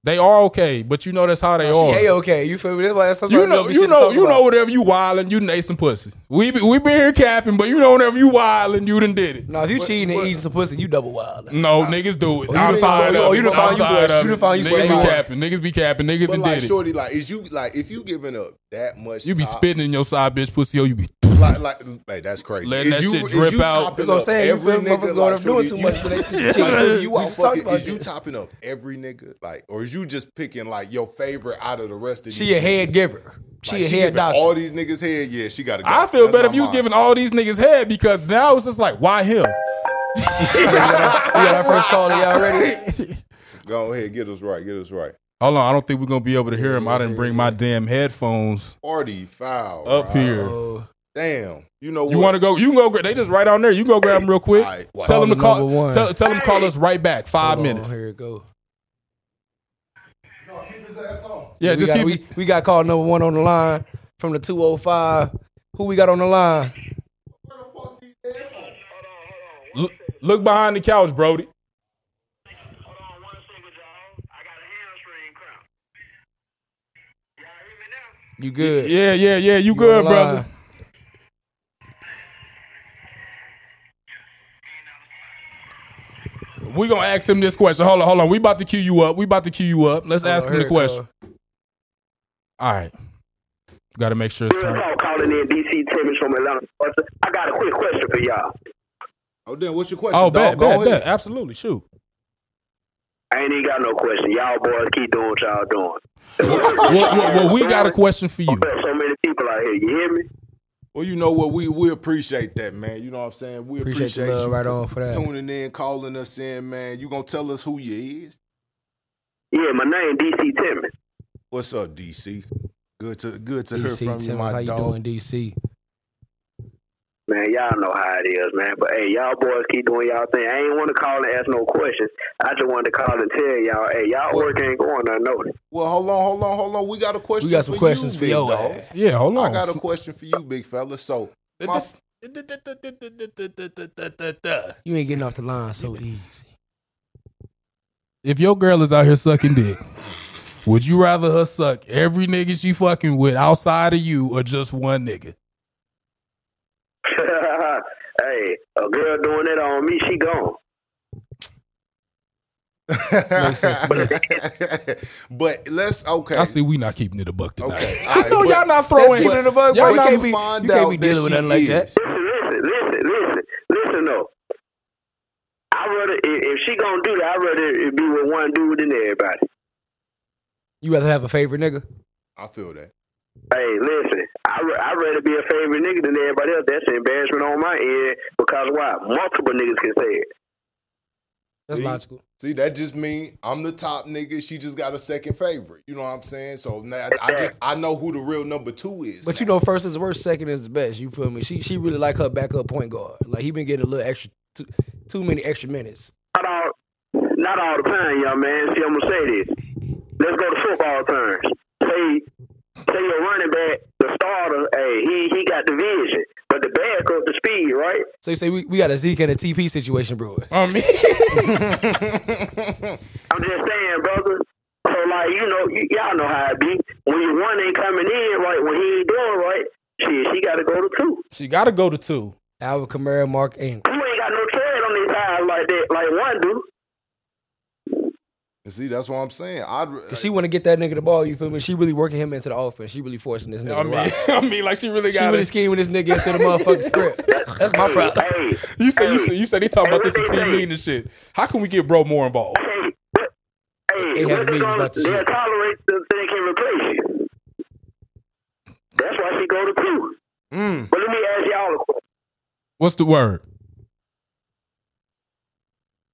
Speaker 5: they are okay. But you know that's how they
Speaker 4: She
Speaker 5: are.
Speaker 4: a okay. You feel me? That's why sometimes
Speaker 5: you
Speaker 4: there'll
Speaker 5: know,
Speaker 4: be
Speaker 5: you
Speaker 4: shit to
Speaker 5: know,
Speaker 4: talk
Speaker 5: you know.
Speaker 4: about.
Speaker 5: Whatever you wildin', you nay some pussy. We be, we been here capping, but you know, whenever you wildin', you done did it.
Speaker 4: Nah, if you
Speaker 3: What-
Speaker 4: cheating and
Speaker 3: what-
Speaker 4: eating some pussy, you double wild.
Speaker 5: No, niggas do it.
Speaker 4: you
Speaker 5: I'm
Speaker 4: done-
Speaker 5: tired
Speaker 4: oh,
Speaker 5: of
Speaker 4: you
Speaker 5: it.
Speaker 4: done
Speaker 5: I'm
Speaker 4: found you
Speaker 5: tired of
Speaker 4: black. You
Speaker 5: it.
Speaker 4: done found you
Speaker 5: Niggas be
Speaker 3: black.
Speaker 5: capping. Niggas be capping. Niggas
Speaker 3: But
Speaker 5: and
Speaker 3: like,
Speaker 5: did it.
Speaker 3: shorty, like, is you like if you giving up that much?
Speaker 5: You be
Speaker 3: top,
Speaker 5: spitting in your side bitch pussy, or you be
Speaker 3: Like, like, like, that's crazy.
Speaker 5: Letting
Speaker 3: is
Speaker 5: that
Speaker 3: you,
Speaker 5: shit
Speaker 3: is
Speaker 5: drip
Speaker 3: you
Speaker 5: out.
Speaker 3: topping
Speaker 4: That's what I'm
Speaker 3: up
Speaker 4: saying. You
Speaker 3: Every
Speaker 4: feel me?
Speaker 3: nigga,
Speaker 4: Motherfuckers
Speaker 3: like,
Speaker 4: going up doing
Speaker 3: shorty,
Speaker 4: too
Speaker 3: you- *laughs*
Speaker 4: much. so they-
Speaker 3: Like, so you
Speaker 4: We
Speaker 3: out
Speaker 4: just talked
Speaker 3: fucking,
Speaker 4: about
Speaker 3: is you
Speaker 4: that.
Speaker 3: topping up every nigga? Like, or is you just picking like your favorite out of the rest of
Speaker 4: She
Speaker 3: these
Speaker 4: a head
Speaker 3: niggas?
Speaker 4: giver. She a
Speaker 3: Like, she
Speaker 4: head
Speaker 3: giving All
Speaker 4: doctor.
Speaker 3: these niggas head, yeah, she gotta go.
Speaker 5: I feel
Speaker 3: That's
Speaker 5: better
Speaker 3: my
Speaker 5: if you was
Speaker 3: mind.
Speaker 5: giving all these niggas head because now it's just like, why
Speaker 4: *laughs*
Speaker 5: him?
Speaker 4: We got our first call y'all already.
Speaker 3: Go ahead, get us right, get us right.
Speaker 5: Hold on, I don't think we're gonna be able to hear him. I didn't bring my damn headphones
Speaker 3: Party foul
Speaker 5: up
Speaker 3: right?
Speaker 5: here.
Speaker 4: Oh,
Speaker 3: Damn, you know
Speaker 5: You
Speaker 3: what?
Speaker 5: want to go? You can go. gra- They just right on there. You can go grab them real quick.
Speaker 3: All right, watch.
Speaker 5: Tell them to
Speaker 4: Call
Speaker 5: call.
Speaker 4: number one.
Speaker 5: Tell, tell them to call us right back. Five
Speaker 4: hold on,
Speaker 5: minutes.
Speaker 4: Here it go.
Speaker 5: Yeah,
Speaker 4: we
Speaker 5: just
Speaker 4: got,
Speaker 5: keep.
Speaker 4: we, we got call number one on the line from the 205. Who we got on the line?
Speaker 5: look, look behind the couch, Brody.
Speaker 6: Hold on one second, y'all. I got a hamstring cramp. Y'all hear me now?
Speaker 4: You good?
Speaker 5: Yeah, yeah, yeah. You,
Speaker 4: You
Speaker 5: good,
Speaker 4: on the line.
Speaker 5: brother? We gonna ask him this question. Hold on, hold on. We about to cue you up. We about to cue you up.
Speaker 3: Oh,
Speaker 5: Let's
Speaker 4: Hold
Speaker 5: ask
Speaker 4: on,
Speaker 5: him
Speaker 4: here
Speaker 5: the
Speaker 4: it go.
Speaker 5: question. All right. Got to make sure it's
Speaker 6: Real
Speaker 5: turned.
Speaker 6: talk calling in DC Timmons from Atlanta. Georgia. I got a quick question for y'all.
Speaker 3: Oh damn, what's your question?
Speaker 5: Oh,
Speaker 3: dog?
Speaker 5: bet,
Speaker 3: go
Speaker 5: bet,
Speaker 3: ahead.
Speaker 5: bet. Absolutely. Shoot.
Speaker 6: I ain't even got no question. Y'all boys keep doing what y'all doing.
Speaker 5: Well, well, well, we got a question for you.
Speaker 6: There's so many people out here. You hear me?
Speaker 3: Well, you know what? We we appreciate that, man. You know what I'm saying? We appreciate,
Speaker 4: Appreciate the love
Speaker 3: you
Speaker 4: right on for that.
Speaker 3: tuning in, calling us in, man. You gonna tell us who you is?
Speaker 6: Yeah, my name DC Timmons.
Speaker 3: What's up, DC? Good to good to hear
Speaker 4: DC
Speaker 3: from
Speaker 4: Timmons,
Speaker 3: you, my
Speaker 4: how you
Speaker 3: dog.
Speaker 4: doing, DC?
Speaker 6: Man, y'all know how it is, man. But hey, y'all boys keep doing y'all thing. I ain't want to call and ask no questions. I just wanted to call and tell y'all, hey, y'all
Speaker 3: What?
Speaker 6: work ain't going unnoticed. *laughs*
Speaker 3: Well, hold on, hold on, hold on. We got a question.
Speaker 4: We got some
Speaker 3: for
Speaker 4: questions
Speaker 3: you,
Speaker 4: for
Speaker 3: big
Speaker 4: your
Speaker 3: dog.
Speaker 4: ass.
Speaker 5: Yeah, hold on.
Speaker 3: I got a question for you, big fella. So, my, *laughs*
Speaker 4: You ain't getting off the line so easy.
Speaker 5: if your girl is out here sucking dick, would you rather her suck every nigga she fucking with outside of you or just one nigga?
Speaker 6: hey, a girl doing that on me, she gone.
Speaker 4: Makes sense to me.
Speaker 3: *laughs* but let's okay.
Speaker 5: I see we not keeping it a buck tonight. *laughs*
Speaker 3: Okay,
Speaker 5: I know
Speaker 3: all right,
Speaker 5: y'all
Speaker 3: but-
Speaker 5: not throwing
Speaker 4: keep it in the buck,
Speaker 5: Y'all
Speaker 4: bro.
Speaker 3: We
Speaker 4: You
Speaker 5: not,
Speaker 4: can't
Speaker 3: can
Speaker 4: be-
Speaker 3: find
Speaker 4: you can't
Speaker 3: out
Speaker 4: be
Speaker 3: that
Speaker 4: dealing with
Speaker 3: she
Speaker 4: nothing like that.
Speaker 3: is.
Speaker 6: Listen, listen, listen, listen, listen. though. I rather if, if she gonna do that, I would rather it be with one dude than everybody.
Speaker 4: You rather have a favorite nigga?
Speaker 3: I feel that.
Speaker 6: Hey, listen, I ra- I rather be a favorite nigga than everybody else. That's an embarrassment on my end because why? Multiple niggas can say it.
Speaker 4: That's
Speaker 3: See?
Speaker 4: logical.
Speaker 3: See, that just mean I'm the top nigga. She just got a second favorite. You know what I'm saying? So now I just I know who the real number two is.
Speaker 4: But you know, first is the worst, second is the best. You feel me? She she really like her backup point guard. Like he been getting a little extra, too, too many extra minutes.
Speaker 6: Not all, not all the time, young man. See, I'm gonna say this. Let's go to football terms. Say, say your running back, the starter. Hey, he he got the vision, but the backup, the speed, right?
Speaker 4: So you say we, we got a Zeke and a TP situation brewing.
Speaker 5: I mean,
Speaker 6: I'm just saying, brother. So like you know, y- y'all know how it be. When your one ain't coming in right, when he ain't doing right, shit, she got to go to two.
Speaker 5: she got to go to two.
Speaker 4: Alvin Kamara, Mark Ingram.
Speaker 6: Two ain't got no tread on his eyes like that, like one do.
Speaker 3: And see, that's what I'm saying. I'd
Speaker 4: Cause she want to get that nigga the ball. You feel me? She really working him into the offense. She really forcing this nigga.
Speaker 5: I
Speaker 4: to
Speaker 5: mean,
Speaker 4: rock.
Speaker 5: *laughs* I mean, like she really
Speaker 4: she
Speaker 5: got
Speaker 4: really
Speaker 5: it.
Speaker 4: scheming this nigga into the
Speaker 5: *laughs*
Speaker 4: motherfucking script. That's my problem.
Speaker 6: Hey,
Speaker 5: You said you
Speaker 6: hey,
Speaker 5: said you said he talking about this in
Speaker 6: Everything
Speaker 5: team
Speaker 6: they-
Speaker 5: meeting and shit. How can we get bro more involved?
Speaker 6: hey, what- hey,
Speaker 4: They
Speaker 6: what
Speaker 4: having
Speaker 6: they
Speaker 4: meetings
Speaker 6: gonna-
Speaker 4: about this
Speaker 6: they'll
Speaker 4: shit.
Speaker 6: tolerate until they can replace you.
Speaker 3: mm,
Speaker 6: That's why she go to two. But let me ask y'all a question.
Speaker 5: What's the word?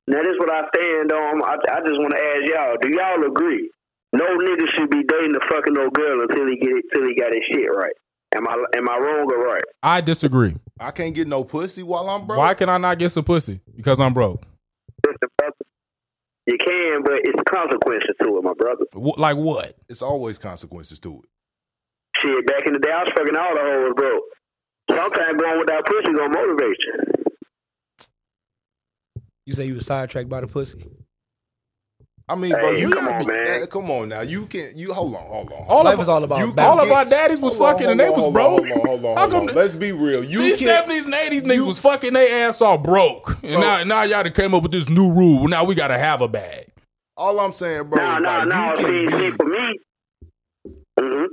Speaker 7: Now this what I stand on. I, I just want to ask y'all: Do y'all agree? No nigga should be dating a fucking old girl until he get it, till he got his shit right. Am I am I wrong or right?
Speaker 5: I disagree.
Speaker 3: I can't get no pussy while I'm broke.
Speaker 5: Why can I not get some pussy? Because I'm broke.
Speaker 7: Listen, brother, You can, but it's consequences to it, my brother.
Speaker 5: Wh- Like what?
Speaker 3: It's always consequences to it.
Speaker 7: Shit, back in the day, I was fucking all the hoes, bro. Sometimes going without pussy gonna motivate you.
Speaker 4: You say you was sidetracked by the pussy.
Speaker 3: I mean, bro,
Speaker 7: Hey,
Speaker 3: you
Speaker 7: come
Speaker 3: gotta
Speaker 7: on,
Speaker 3: be-
Speaker 7: man.
Speaker 3: eh, come on now. You can you hold on, hold on.
Speaker 5: All
Speaker 4: Life
Speaker 5: of
Speaker 4: is all about
Speaker 5: you,
Speaker 4: balance.
Speaker 5: all of our daddies was
Speaker 3: Hold on,
Speaker 5: fucking
Speaker 3: hold
Speaker 5: and they
Speaker 3: on,
Speaker 5: was
Speaker 3: hold
Speaker 5: broke.
Speaker 3: on, Hold on, hold on,
Speaker 5: How
Speaker 3: hold
Speaker 5: come
Speaker 3: on.
Speaker 5: the-
Speaker 3: Let's be real. You
Speaker 5: These
Speaker 3: can't-
Speaker 5: seventies and eighties niggas was fucking their ass all broke, and now now y'all done came up with this new rule. Now we gotta have a bag.
Speaker 3: All I'm saying, bro,
Speaker 7: Nah,
Speaker 3: is
Speaker 7: nah,
Speaker 3: like
Speaker 7: nah.
Speaker 3: you
Speaker 7: See,
Speaker 3: can
Speaker 7: see,
Speaker 3: be
Speaker 7: for me, hmm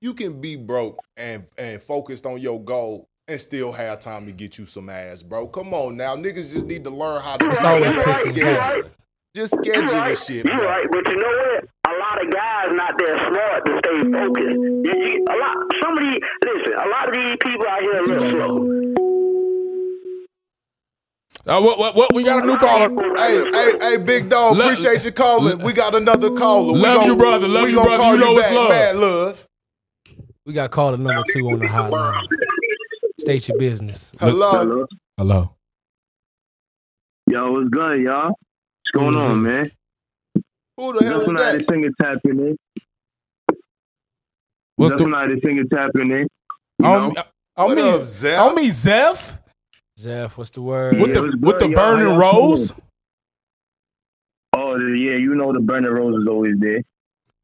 Speaker 3: you can be broke and and focused on your goal and still have time to get you some ass, bro. Come on now, niggas just need to learn how to.
Speaker 7: It's always
Speaker 3: Just
Speaker 7: pussy and
Speaker 3: schedule.
Speaker 7: pussy.
Speaker 3: Just
Speaker 7: you
Speaker 3: schedule
Speaker 7: right.
Speaker 3: your shit,
Speaker 7: you
Speaker 3: man.
Speaker 7: right, but you know what? A lot of guys not that smart to stay focused. You, you, a lot, some of these, listen, a lot of these people out here are a little slow.
Speaker 5: Uh, what, what, what? We got a new caller.
Speaker 3: Hey, hey, hey, big dog,
Speaker 5: Love-
Speaker 3: appreciate you calling. We got another caller. We
Speaker 5: Love you, brother. Love
Speaker 3: we
Speaker 5: you,
Speaker 3: gonna
Speaker 5: brother.
Speaker 3: Call
Speaker 5: You know it's
Speaker 3: back,
Speaker 5: love.
Speaker 3: Mad love.
Speaker 4: We got caller number two on the hotline. State your business.
Speaker 3: Hello.
Speaker 5: Hello.
Speaker 6: Yo, what's good, y'all? What's going
Speaker 4: Who's
Speaker 6: on,
Speaker 4: this?
Speaker 6: man?
Speaker 3: Who the hell
Speaker 6: Just
Speaker 3: is
Speaker 6: when I had a
Speaker 3: that?
Speaker 6: finger tap in there.
Speaker 5: What's
Speaker 6: Just
Speaker 5: the?
Speaker 6: when I had a finger tap in there. You
Speaker 3: Um,
Speaker 5: On,
Speaker 6: know?
Speaker 5: on
Speaker 3: What
Speaker 5: me,
Speaker 3: up, Zeph?
Speaker 5: on me, Zeph.
Speaker 4: Zeph, what's the word?
Speaker 5: With
Speaker 6: Yeah,
Speaker 5: the
Speaker 6: it was
Speaker 5: with the
Speaker 6: good, y'all.
Speaker 5: burning
Speaker 6: How y'all feeling?
Speaker 5: rose.
Speaker 6: Oh, yeah, you know the burning rose is always there.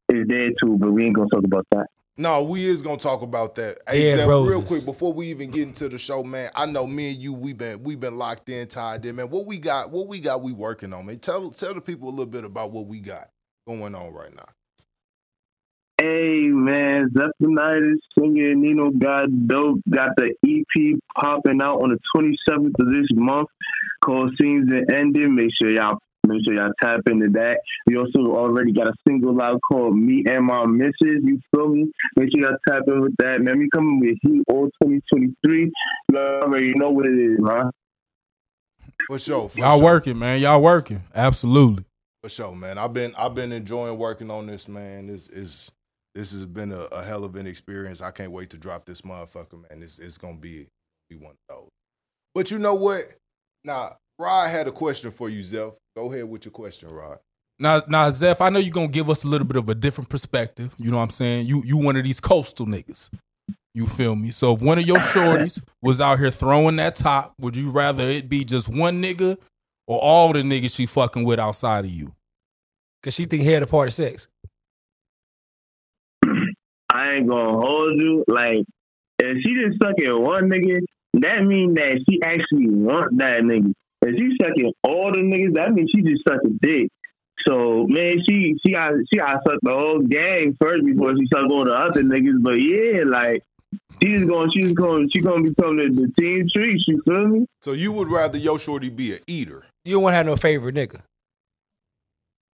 Speaker 6: It's there too, but we ain't gonna talk about that.
Speaker 3: No, we is gonna talk about that. Hey,
Speaker 4: Dead
Speaker 3: Zeph, real
Speaker 4: roses.
Speaker 3: quick before we even get into the show, man. I know me and you, we been we been locked in, tied in, man. What we got? What we got? We working on, man. Tell tell the people a little bit about what we got going on right now.
Speaker 6: Hey man, Zephaniah singer Nino got dope. Got the EP popping out on the 27th of this month called Scenes and Ending. Make sure y'all make sure y'all tap into that. We also already got a single out called Me and My Misses. You feel me? Make sure y'all tap in with that, man. We coming with Heat all 2023. You already know what it is, man.
Speaker 3: For sure. For
Speaker 5: Y'all
Speaker 3: sure.
Speaker 5: working, man. Y'all working. Absolutely.
Speaker 3: For sure, man. I've been I've been enjoying working on this, man. This is this has been a, a hell of an experience. I can't wait to drop this motherfucker, man. It's it's gonna be be one of those. But you know what? Nah, Rod had a question for you, Zeph. Go ahead with your question, Rod.
Speaker 5: Now, now, Zeph, I know you're gonna give us a little bit of a different perspective. You know what I'm saying? You you one of these coastal niggas. You feel me? So if one of your shorties was out here throwing that top, would you rather it be just one nigga or all the niggas she fucking with outside of you? *laughs*
Speaker 4: Cause she think he had a part of sex.
Speaker 6: I ain't gonna hold you. Like, if she just sucking one nigga, that mean that she actually want that nigga. If she sucking all the niggas, that means she just suck a dick. So man, she she got she got suck the whole gang first before she suck all the other niggas. But yeah, like she just going she's going she gonna become the, the team tree. You feel me?
Speaker 3: So you would rather your shorty be an eater?
Speaker 4: You don't want to have no favorite nigga.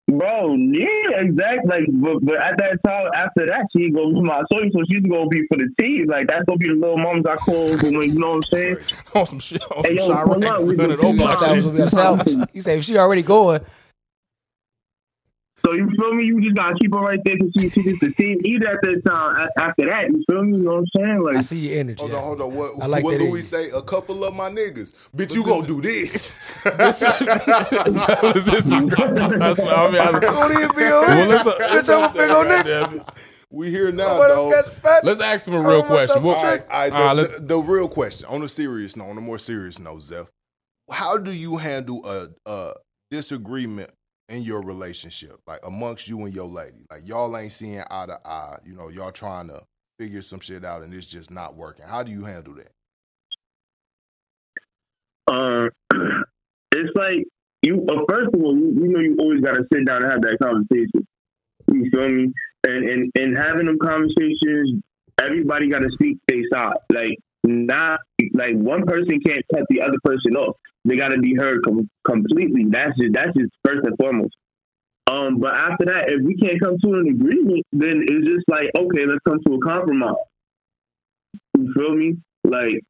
Speaker 6: Bro, yeah, exactly. Like, but, but at that time, after that, she ain't gonna be my soul, so she's gonna be for the team. Like, that's gonna be the little moms I call for when you know what I'm saying.
Speaker 3: Crazy.
Speaker 5: On some shit. On
Speaker 6: Hey,
Speaker 5: some
Speaker 6: yo,
Speaker 5: Chirac,
Speaker 6: pull up. We
Speaker 5: hood
Speaker 6: can
Speaker 5: at
Speaker 6: see
Speaker 5: Oakland
Speaker 6: that.
Speaker 5: shit.
Speaker 4: Salvage, we gotta salvage.
Speaker 3: *laughs*
Speaker 4: You say if she already going,
Speaker 6: So you feel me? You just gotta keep her right there because she, she gets the team either at that time. a- After that, you feel me? You know what I'm saying?
Speaker 4: I
Speaker 6: Like,
Speaker 4: see your energy.
Speaker 3: Hold on, hold on. What
Speaker 4: I like
Speaker 3: what
Speaker 4: that
Speaker 3: Louis
Speaker 4: energy.
Speaker 3: say? A couple of my niggas, bitch. You gonna do this?
Speaker 4: *laughs*
Speaker 5: Fellas, *laughs* this is crazy. That's what I mean. I was-
Speaker 4: Don't even be
Speaker 5: well,
Speaker 4: on it.
Speaker 5: let's,
Speaker 4: Bitch, I'm a big old nigga.
Speaker 3: uh, we here now,
Speaker 4: But I'm
Speaker 3: though.
Speaker 4: got
Speaker 5: *laughs*
Speaker 4: fat.
Speaker 5: let's ask him a real
Speaker 4: I'm a
Speaker 5: question. What-
Speaker 3: All right, all right, the,
Speaker 5: All right, let's-
Speaker 3: the, the real question on a serious note, on a more serious note, Zeph, how do you handle a, a disagreement in your relationship, like amongst you and your lady? Like y'all ain't seeing eye to eye. You know, y'all trying to figure some shit out, and it's just not working. How do you handle that? *clears throat*
Speaker 6: um, *clears throat* it's like you. Uh, first of all, you, you know you always gotta sit down and have that conversation. You feel me? And and and having them conversations, everybody gotta speak face out. Like not like one person can't cut the other person off. They gotta be heard com- completely. That's just that's just first and foremost. Um, but after that, if we can't come to an agreement, then it's just like, okay, let's come to a compromise. You feel me? Like,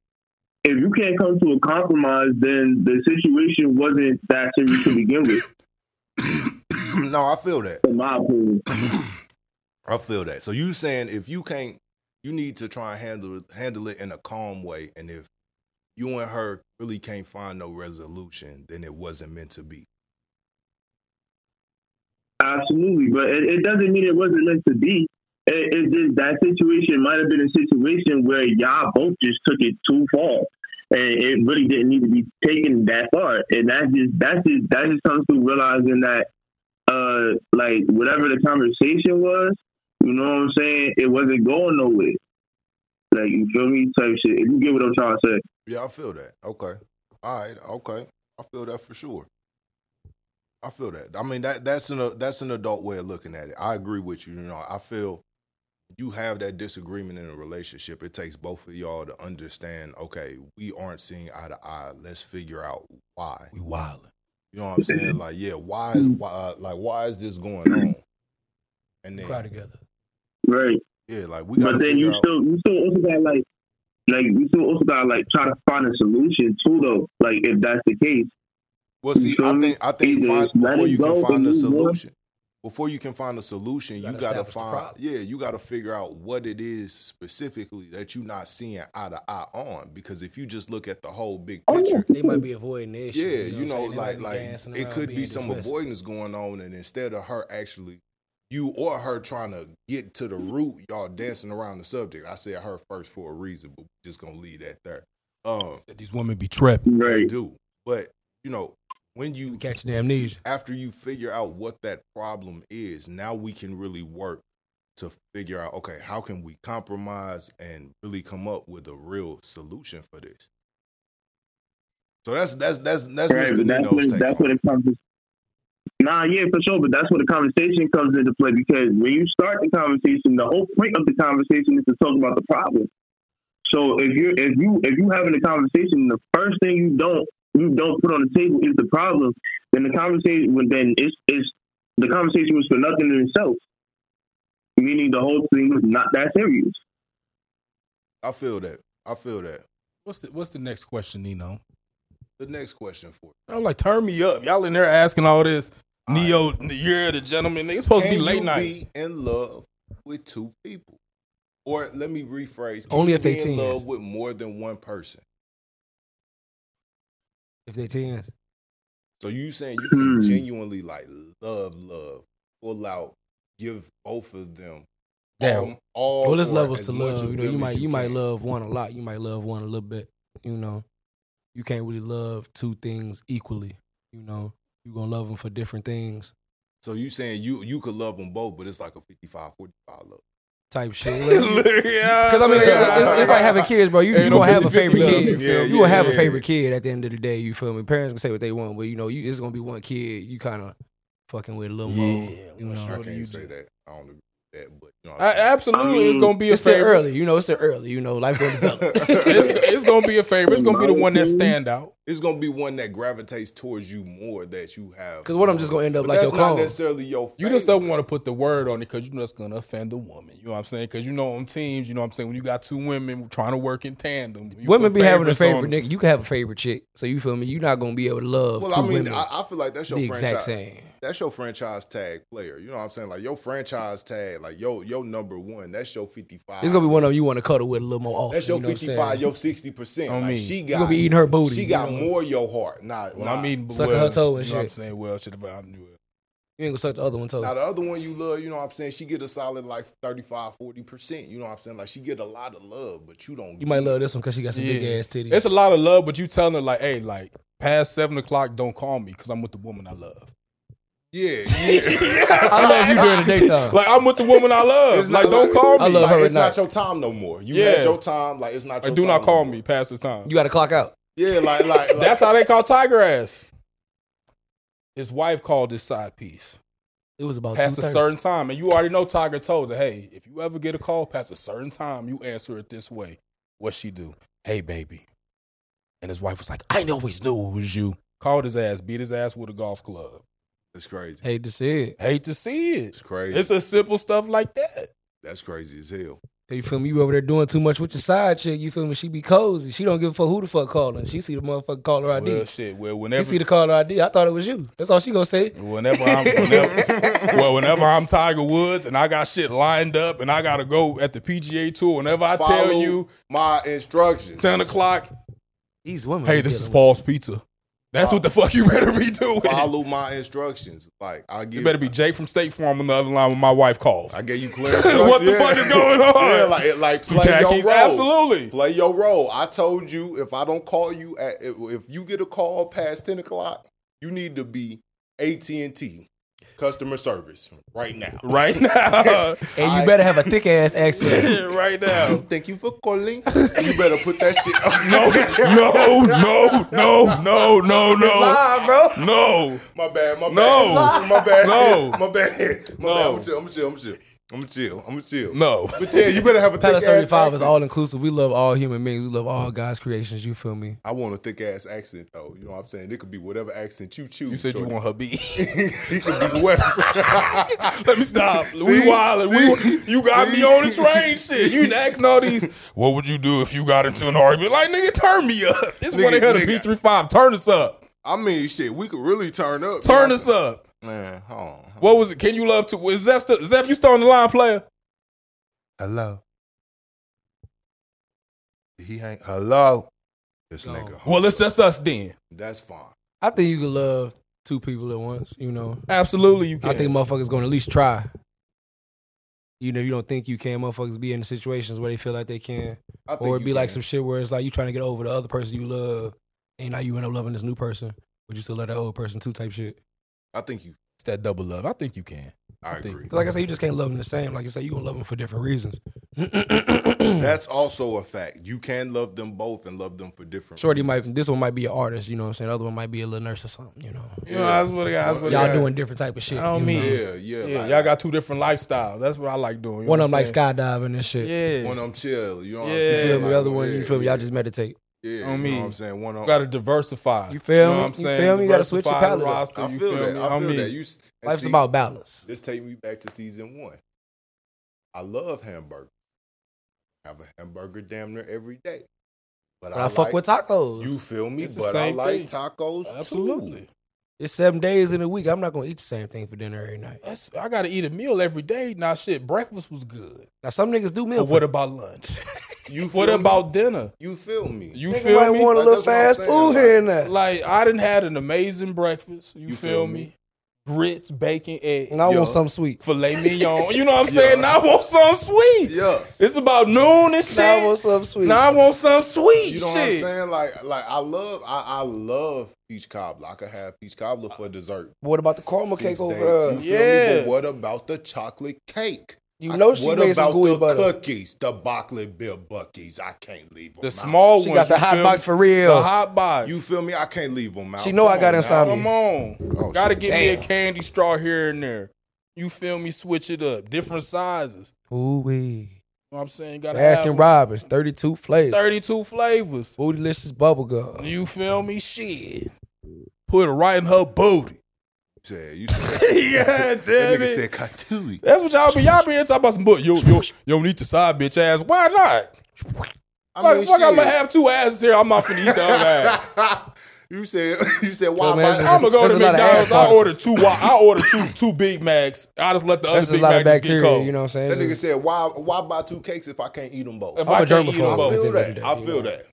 Speaker 6: if you can't come to a compromise, then the situation wasn't that serious to begin with,
Speaker 3: no, I feel that.
Speaker 6: in my opinion.
Speaker 3: I feel that. So you saying if you can't, you need to try and handle it- handle it in a calm way. And if you and her really can't find no resolution, then it wasn't meant to be.
Speaker 6: Absolutely, but it, it doesn't mean it wasn't meant to be. It, it's just that situation might have been a situation where y'all both just took it too far, and it really didn't need to be taken that far. And that just that's just that just comes to realizing that, uh, like whatever the conversation was, you know what I'm saying, it wasn't going nowhere. Like you feel me, type shit. If you get what I'm trying to say.
Speaker 3: Yeah, I feel that. Okay. All right. Okay. I feel that for sure. I feel that. I mean that that's an that's an adult way of looking at it. I agree with you. You know, I feel you have that disagreement in a relationship. It takes both of y'all to understand. Okay, we aren't seeing eye to eye. Let's figure out why.
Speaker 5: We wildin'.
Speaker 3: You know what I'm saying? Like, yeah, why is why like why is this going on? And
Speaker 4: Cry
Speaker 3: then
Speaker 4: together.
Speaker 6: Right.
Speaker 3: yeah, like we got to
Speaker 6: but then
Speaker 3: figure
Speaker 6: you
Speaker 3: out.
Speaker 6: still you still also got like like you still also got like try to find a solution too though. Like if that's the case,
Speaker 3: Well, see,
Speaker 6: feel
Speaker 3: I
Speaker 6: me?
Speaker 3: think I think
Speaker 6: Either
Speaker 3: find,
Speaker 6: let
Speaker 3: before
Speaker 6: it
Speaker 3: you
Speaker 6: go
Speaker 3: can
Speaker 6: or
Speaker 3: find a
Speaker 6: move on.
Speaker 3: solution, before you can find a solution, you
Speaker 4: gotta
Speaker 3: gotta,
Speaker 4: establish the
Speaker 3: find
Speaker 4: problem.
Speaker 3: yeah, you gotta figure out what it is specifically that you're not seeing eye to eye on. Because if you just look at the whole big
Speaker 6: Oh, yeah.
Speaker 3: picture,
Speaker 4: They might be avoiding the issue.
Speaker 3: yeah, you
Speaker 4: what I'm
Speaker 3: know,
Speaker 4: saying? They
Speaker 3: like
Speaker 4: might
Speaker 3: like
Speaker 4: be dancing
Speaker 3: it
Speaker 4: around
Speaker 3: could be
Speaker 4: being
Speaker 3: some
Speaker 4: dismissive.
Speaker 3: avoidance going on, and instead of her actually, you or her trying to get to the root, y'all dancing around the subject. I said her first for a reason, but we're just gonna leave that there. Um,
Speaker 5: That These women be trapping.
Speaker 3: they
Speaker 6: right?
Speaker 3: do, but you know when you
Speaker 4: Catching amnesia.
Speaker 3: after you figure out what that problem is, now we can really work to figure out okay, how can we compromise and really come up with a real solution for this. So that's that's that's that's
Speaker 6: right.
Speaker 3: Mr.
Speaker 6: But that's what
Speaker 3: Nino's
Speaker 6: it-
Speaker 3: take
Speaker 6: that's
Speaker 3: on
Speaker 6: what
Speaker 3: it.
Speaker 6: it comes. Nah, yeah, for sure. But that's where the conversation comes into play because when you start the conversation, the whole point of the conversation is to talk about the problem. So if you're if you if you having a conversation, the first thing you don't you don't put on the table is the problem. Then the conversation well, then it's it's the conversation was for nothing in itself. Meaning the whole thing was not that serious.
Speaker 3: I feel that. I feel that.
Speaker 5: What's the What's the next question, Nino?
Speaker 3: The next question for you.
Speaker 5: I'm like, turn me up. Y'all in there asking all this.
Speaker 3: All right.
Speaker 5: Neo, you're the gentleman. It's supposed
Speaker 3: Can
Speaker 5: to be late
Speaker 3: you
Speaker 5: night.
Speaker 3: Be in love with two people, or let me rephrase. can
Speaker 4: Only
Speaker 3: you
Speaker 4: if they
Speaker 3: be in
Speaker 4: teens.
Speaker 3: love with more than one person.
Speaker 4: If they tens.
Speaker 3: So you saying you can
Speaker 6: Hmm.
Speaker 3: genuinely like love, love, full out, give both of them
Speaker 5: Damn.
Speaker 3: all, all
Speaker 4: Well, there's
Speaker 3: or
Speaker 4: levels
Speaker 3: as
Speaker 4: to
Speaker 3: much
Speaker 4: love.
Speaker 3: of
Speaker 4: You know,
Speaker 3: them
Speaker 4: you
Speaker 3: as
Speaker 4: might you might
Speaker 3: can.
Speaker 4: love one a lot. You might love one a little bit. You know, you can't really love two things equally. You know, you gonna love them for different things.
Speaker 3: So you saying you you could love them both, but it's like a 55,
Speaker 4: *laughs*
Speaker 3: 45 love.
Speaker 4: Type
Speaker 3: *laughs*
Speaker 4: shit.
Speaker 5: Because
Speaker 4: Because I mean, it's, it's- it's like having kids, bro. You,
Speaker 5: Ain't
Speaker 4: you
Speaker 5: no
Speaker 4: gonna have a
Speaker 5: 50-50
Speaker 4: favorite
Speaker 5: love,
Speaker 4: kid.
Speaker 5: you feel
Speaker 4: You
Speaker 5: me?
Speaker 4: gonna have a
Speaker 3: Yeah.
Speaker 4: favorite kid at the end of the day. You feel me? Parents can say what they want, but you know, you it's gonna be one kid. You kind of fucking with a little more. You
Speaker 3: I'm
Speaker 4: know,
Speaker 3: sure I
Speaker 4: what do
Speaker 3: can't
Speaker 4: you
Speaker 3: say
Speaker 4: do?
Speaker 3: that. I don't agree with that, but you know, what
Speaker 5: I,
Speaker 3: I'm saying?
Speaker 5: absolutely, it's
Speaker 6: Mm.
Speaker 5: gonna be a
Speaker 4: It's still
Speaker 5: favorite.
Speaker 4: early. You know, it's still early. You know,
Speaker 3: *laughs*
Speaker 4: life gonna develop. *laughs*
Speaker 5: it's, it's gonna be a favorite. It's gonna be the one that stand out.
Speaker 3: it's gonna be one that gravitates towards you more that you have.
Speaker 4: Because what I'm just gonna end up
Speaker 3: But
Speaker 4: like
Speaker 3: that's
Speaker 4: your
Speaker 3: not
Speaker 4: clone.
Speaker 3: necessarily your.
Speaker 5: You just don't
Speaker 3: favorite.
Speaker 5: want to put the word on it because you know it's gonna offend a woman. You know what I'm saying? Because you know on teams, you know what I'm saying when you got two women trying to work in tandem, you
Speaker 4: women
Speaker 5: put
Speaker 4: be having a
Speaker 5: favorites on
Speaker 4: favorite
Speaker 5: them.
Speaker 4: nigga. You can have a favorite chick. So you feel me? You're not gonna be able to love
Speaker 3: Well,
Speaker 4: two
Speaker 3: I mean,
Speaker 4: women
Speaker 3: I, I feel like that's your
Speaker 4: the
Speaker 3: franchise.
Speaker 4: exact same.
Speaker 3: that's your franchise tag player. You know what I'm saying? Like your franchise tag, like yo, your number one. That's your 55.
Speaker 4: It's gonna be one of them you want to cuddle with a little more often.
Speaker 3: That's your
Speaker 4: you know what I'm
Speaker 3: 55.
Speaker 4: saying?
Speaker 3: Your 60. percent
Speaker 5: On
Speaker 3: Like
Speaker 5: me.
Speaker 3: she got.
Speaker 4: You gonna be eating her booty.
Speaker 3: She
Speaker 4: you
Speaker 3: got
Speaker 4: know?
Speaker 3: more your heart. Nah,
Speaker 5: Well,
Speaker 3: nah.
Speaker 5: I mean,
Speaker 4: Sucking
Speaker 5: well,
Speaker 4: her toe and
Speaker 5: you know what I'm
Speaker 4: shit.
Speaker 5: saying? Well, shit, if I'm doing
Speaker 4: You ain't gonna suck the other one toe.
Speaker 3: Now the other one you love, you know what I'm saying? She get a solid like 35, 40 percent. You know what I'm saying? Like she get a lot of love, but you don't.
Speaker 4: You might
Speaker 3: get- *laughs*
Speaker 4: love this one because she got some big ass titties.
Speaker 5: It's a lot of love, but you telling her like, hey, like past seven o'clock, don't call me because I'm with the woman I love.
Speaker 3: Yeah,
Speaker 4: *laughs*
Speaker 3: yeah.
Speaker 4: I love you during the daytime.
Speaker 3: *laughs*
Speaker 5: Like I'm with the woman I love.
Speaker 3: It's not
Speaker 5: like don't call me.
Speaker 4: I love
Speaker 3: like,
Speaker 4: her at
Speaker 3: It's not
Speaker 4: night.
Speaker 3: your time no more. You
Speaker 5: Yeah.
Speaker 3: had your time. Like it's not.
Speaker 5: Like
Speaker 3: your
Speaker 5: do
Speaker 3: time
Speaker 5: not
Speaker 3: no
Speaker 5: call
Speaker 3: more.
Speaker 5: me past the time.
Speaker 4: you got to clock out.
Speaker 3: Yeah, like like, like
Speaker 5: That's how they call Tiger ass. His wife called his side piece
Speaker 4: It was about
Speaker 5: past a
Speaker 4: 2:30.
Speaker 5: certain time, and you already know Tiger told her, "Hey, if you ever get a call past a certain time, you answer it this way." What she do? Hey, baby. And his wife was like, "I always knew it was you." Called his ass, beat his ass with a golf club.
Speaker 3: That's crazy.
Speaker 4: Hate to see it.
Speaker 5: Hate to see it.
Speaker 3: It's crazy.
Speaker 5: It's a simple stuff like that.
Speaker 3: That's crazy as hell.
Speaker 4: You feel me? You over there doing too much with your side chick. You feel me? She be cozy. She don't give a fuck who the fuck calling. She see the motherfucker caller ID.
Speaker 5: Well, shit. Well,
Speaker 4: she
Speaker 5: whenever
Speaker 4: see the caller ID. I thought it was you. That's all she gonna say.
Speaker 5: Whenever I'm, whenever, well, whenever I'm Tiger Woods and I got shit lined up and I gotta go at the PGA Tour, whenever I tell
Speaker 3: Follow
Speaker 5: you
Speaker 3: my instructions.
Speaker 5: ten o'clock,
Speaker 4: These women.
Speaker 5: hey,
Speaker 4: be
Speaker 5: this is
Speaker 4: killing
Speaker 5: Paul's Pizza. That's what the fuck you better be doing.
Speaker 3: Follow my instructions. Like I
Speaker 5: *laughs*
Speaker 3: give.
Speaker 5: You better be Jay from State Farm on the other line when my wife calls. *laughs*
Speaker 3: I gave you clear.
Speaker 5: What the
Speaker 3: instructions.
Speaker 5: fuck is going on?
Speaker 3: *laughs* Yeah, like like
Speaker 5: Some
Speaker 3: play
Speaker 5: khakis,
Speaker 3: your role.
Speaker 5: absolutely.
Speaker 3: Play your role. I told you if I don't call you at if, if you get a call past ten o'clock, you need to be AT and T customer service right now.
Speaker 5: right now,
Speaker 4: me. And you better have a thick
Speaker 3: *laughs*
Speaker 4: ass accent.
Speaker 5: *laughs* right now.
Speaker 3: Thank you for calling. you better put that shit.
Speaker 5: *laughs*
Speaker 3: Up.
Speaker 5: No, no, no, no, no, no, no,
Speaker 3: Live, bro.
Speaker 5: no.
Speaker 3: *laughs* My bad. My
Speaker 5: No.
Speaker 3: bad. *laughs* My bad.
Speaker 5: No.
Speaker 3: My bad. *laughs* My bad.
Speaker 5: No.
Speaker 3: I'm chill. I'm chill. I'm chill. I'm chill. I'm chill.
Speaker 5: No.
Speaker 3: But yeah, you better have a thick
Speaker 4: Palace
Speaker 3: ass
Speaker 4: 35 is
Speaker 3: accent.
Speaker 4: all inclusive. We love all human beings. We love all God's creations. You feel me?
Speaker 3: I want a thick ass accent though. You know what I'm saying? It could be whatever accent you choose.
Speaker 5: You said you
Speaker 3: shorty.
Speaker 5: want her B.
Speaker 3: *laughs* it could be whatever. *laughs*
Speaker 5: Let me *laughs* stop. we
Speaker 3: See?
Speaker 5: wildin'.
Speaker 3: See?
Speaker 5: We, you got
Speaker 3: See?
Speaker 5: me on the train shit. You ain't asking all these. What would you do if you got into an argument? Like, nigga, turn me up. *laughs* It's
Speaker 3: Nigga,
Speaker 5: one here
Speaker 3: nigga.
Speaker 5: to B35. Turn us up.
Speaker 3: I mean, shit, we could really turn up.
Speaker 5: Turn us up.
Speaker 3: man. Hold on. hold on.
Speaker 5: What was it? Can you love to? Was Zeph, still, Zeph, you still on the line, player?
Speaker 3: Hello. He ain't. Hello. This
Speaker 4: No.
Speaker 3: nigga.
Speaker 5: Well, it's just us then.
Speaker 3: That's fine.
Speaker 4: I think you can love two people at once. You know,
Speaker 5: Absolutely, you can.
Speaker 4: I think motherfuckers gonna at least try. You know, you don't think you can. Motherfuckers be in situations where they feel like they can,
Speaker 3: I think
Speaker 4: or it
Speaker 3: you
Speaker 4: be like
Speaker 3: can.
Speaker 4: some shit where it's like you trying to get over the other person you love, and now you end up loving this new person, but you still love that old person too. Type shit.
Speaker 3: I think you.
Speaker 5: it's that double love. I think you can.
Speaker 3: I
Speaker 5: think-
Speaker 3: agree.
Speaker 4: 'Cause like I said, *clears throat* you just can't love them the same. Like you say, you gonna love them for different reasons.
Speaker 3: *clears throat*
Speaker 4: *clears throat*
Speaker 3: That's also a fact. You can love them both and love them for different.
Speaker 4: Shorty
Speaker 3: reasons.
Speaker 4: might. This one might be an artist. You know what I'm saying. The other one might be a little nurse or something. You know.
Speaker 5: You know, that's what I got. That's what
Speaker 4: Y'all doing different type of shit.
Speaker 5: I don't
Speaker 4: you
Speaker 5: mean-
Speaker 4: know.
Speaker 3: Yeah, yeah.
Speaker 5: Yeah,
Speaker 3: like-
Speaker 5: y'all got two different lifestyles. That's what I like doing. You
Speaker 4: One
Speaker 5: know
Speaker 4: of them
Speaker 5: what
Speaker 4: like
Speaker 5: I'm
Speaker 4: skydiving and shit.
Speaker 5: saying? Yeah.
Speaker 3: One of them chill. You know what
Speaker 5: Yeah.
Speaker 3: I'm
Speaker 4: You
Speaker 3: saying?
Speaker 4: feel me? The
Speaker 3: Like,
Speaker 4: other one, you
Speaker 3: yeah,
Speaker 4: feel me?
Speaker 3: yeah,
Speaker 4: Y'all just meditate.
Speaker 3: Yeah,
Speaker 5: On
Speaker 3: you know
Speaker 5: me.
Speaker 3: what I'm saying? One on
Speaker 5: You gotta diversify.
Speaker 4: Oh. You feel
Speaker 5: You
Speaker 4: me?
Speaker 5: know what I'm
Speaker 4: You
Speaker 5: saying?
Speaker 4: feel me? You gotta switch your
Speaker 5: Diversify the
Speaker 4: palette up.
Speaker 5: roster,
Speaker 3: I
Speaker 5: you
Speaker 3: feel, that.
Speaker 5: me?
Speaker 3: I feel
Speaker 5: mean,
Speaker 3: that. You, s- and
Speaker 4: Life's
Speaker 3: see,
Speaker 4: about balance.
Speaker 3: This take me back to season one. I love hamburgers. Have a hamburger damn near every day.
Speaker 4: But I, fuck
Speaker 3: like-
Speaker 4: with tacos.
Speaker 3: You feel me?
Speaker 5: It's the
Speaker 3: but I
Speaker 5: same
Speaker 3: like
Speaker 5: thing.
Speaker 3: tacos
Speaker 5: Absolutely.
Speaker 3: too.
Speaker 4: it's seven days in a week. I'm not gonna eat the same thing for dinner every night.
Speaker 5: That's, I gotta eat a meal every day. Now shit, breakfast was good.
Speaker 4: Now some niggas do meal.
Speaker 5: But what about *laughs* lunch?
Speaker 3: You
Speaker 5: what
Speaker 3: feel
Speaker 5: about dinner?
Speaker 3: You feel me?
Speaker 5: You
Speaker 4: prep.
Speaker 5: feel
Speaker 4: Nigga
Speaker 5: me?
Speaker 4: might want a
Speaker 3: Like,
Speaker 4: little
Speaker 3: that's
Speaker 4: fast
Speaker 3: what I'm
Speaker 4: food
Speaker 3: saying,
Speaker 4: here and
Speaker 3: like-
Speaker 4: that.
Speaker 5: Like I didn't had an amazing breakfast. You, feel, me? Grits, bacon, egg,
Speaker 4: And I
Speaker 3: Yo.
Speaker 4: want something sweet.
Speaker 5: filet mignon. You know what I'm
Speaker 3: *laughs*
Speaker 5: saying? Now I want something sweet.
Speaker 3: Yeah.
Speaker 5: It's about noon and shit.
Speaker 4: Now I want something sweet.
Speaker 5: Now I want something sweet.
Speaker 3: You know
Speaker 5: shit.
Speaker 3: what I'm saying? Like, like I love, I, I love peach cobbler. I could have peach cobbler for dessert.
Speaker 4: what about the caramel
Speaker 3: Six
Speaker 4: cake over
Speaker 3: days.
Speaker 4: there? You,
Speaker 3: You feel me?
Speaker 5: Yeah.
Speaker 3: But what about the chocolate cake? I-
Speaker 4: know she
Speaker 3: what
Speaker 4: made
Speaker 3: about
Speaker 4: some gooey
Speaker 3: the
Speaker 4: butter.
Speaker 3: cookies, the Bacley Bill Buckies? I can't leave them.
Speaker 5: The
Speaker 3: out.
Speaker 5: small
Speaker 4: She
Speaker 5: one.
Speaker 4: got the hot box for real.
Speaker 5: The hot box.
Speaker 3: You feel me? I can't leave them out.
Speaker 4: She know I got
Speaker 3: on
Speaker 4: inside
Speaker 3: now.
Speaker 4: me.
Speaker 5: Come on.
Speaker 3: Oh,
Speaker 5: Gotta
Speaker 3: shit.
Speaker 5: give me a candy straw here and there. You feel me? Switch it up. Different sizes.
Speaker 4: Ooh wee.
Speaker 5: You know what I'm saying? Gotta
Speaker 4: Baskin
Speaker 5: have
Speaker 4: Robbins, 32 flavors.
Speaker 5: 32 flavors.
Speaker 4: Bootylicious bubble gum.
Speaker 5: You feel me? Shit. Put it right in her booty.
Speaker 3: *laughs*
Speaker 5: *laughs*
Speaker 3: Yeah, you
Speaker 4: *laughs*
Speaker 3: said,
Speaker 5: yeah,
Speaker 3: that
Speaker 5: damn
Speaker 3: nigga
Speaker 5: it.
Speaker 3: said katui.
Speaker 5: That's what y'all be. Y'all be here talking about some butt. Yo, yo, yo, need the side bitch ass. Why not?
Speaker 3: I
Speaker 5: Fuck,
Speaker 3: mean,
Speaker 5: fuck I'm gonna
Speaker 3: shit.
Speaker 5: have two asses here. I'm not finna
Speaker 3: *laughs*
Speaker 5: eat the other ass.
Speaker 3: you said *laughs* you said why?
Speaker 4: Yo, man,
Speaker 3: buy-
Speaker 5: I'm gonna go
Speaker 4: There's
Speaker 5: to
Speaker 4: a lot of
Speaker 5: McDonald's.
Speaker 4: ass
Speaker 5: I
Speaker 4: particles.
Speaker 5: order two. wa- I order two two Big Macs. I just let the other
Speaker 4: That's a
Speaker 5: Big
Speaker 4: lot of
Speaker 5: Mac just get
Speaker 4: bacteria.
Speaker 5: cold.
Speaker 4: You know what I'm
Speaker 3: That
Speaker 4: saying?
Speaker 3: nigga said why? Why buy two cakes if I can't eat them both?
Speaker 5: If
Speaker 3: I
Speaker 5: I
Speaker 4: I'm a
Speaker 5: can't eat 'em
Speaker 4: germaphobe.
Speaker 5: both.
Speaker 3: feel
Speaker 4: at the end of
Speaker 3: that.
Speaker 4: the
Speaker 3: I
Speaker 4: day,
Speaker 3: feel
Speaker 4: you know.
Speaker 3: that.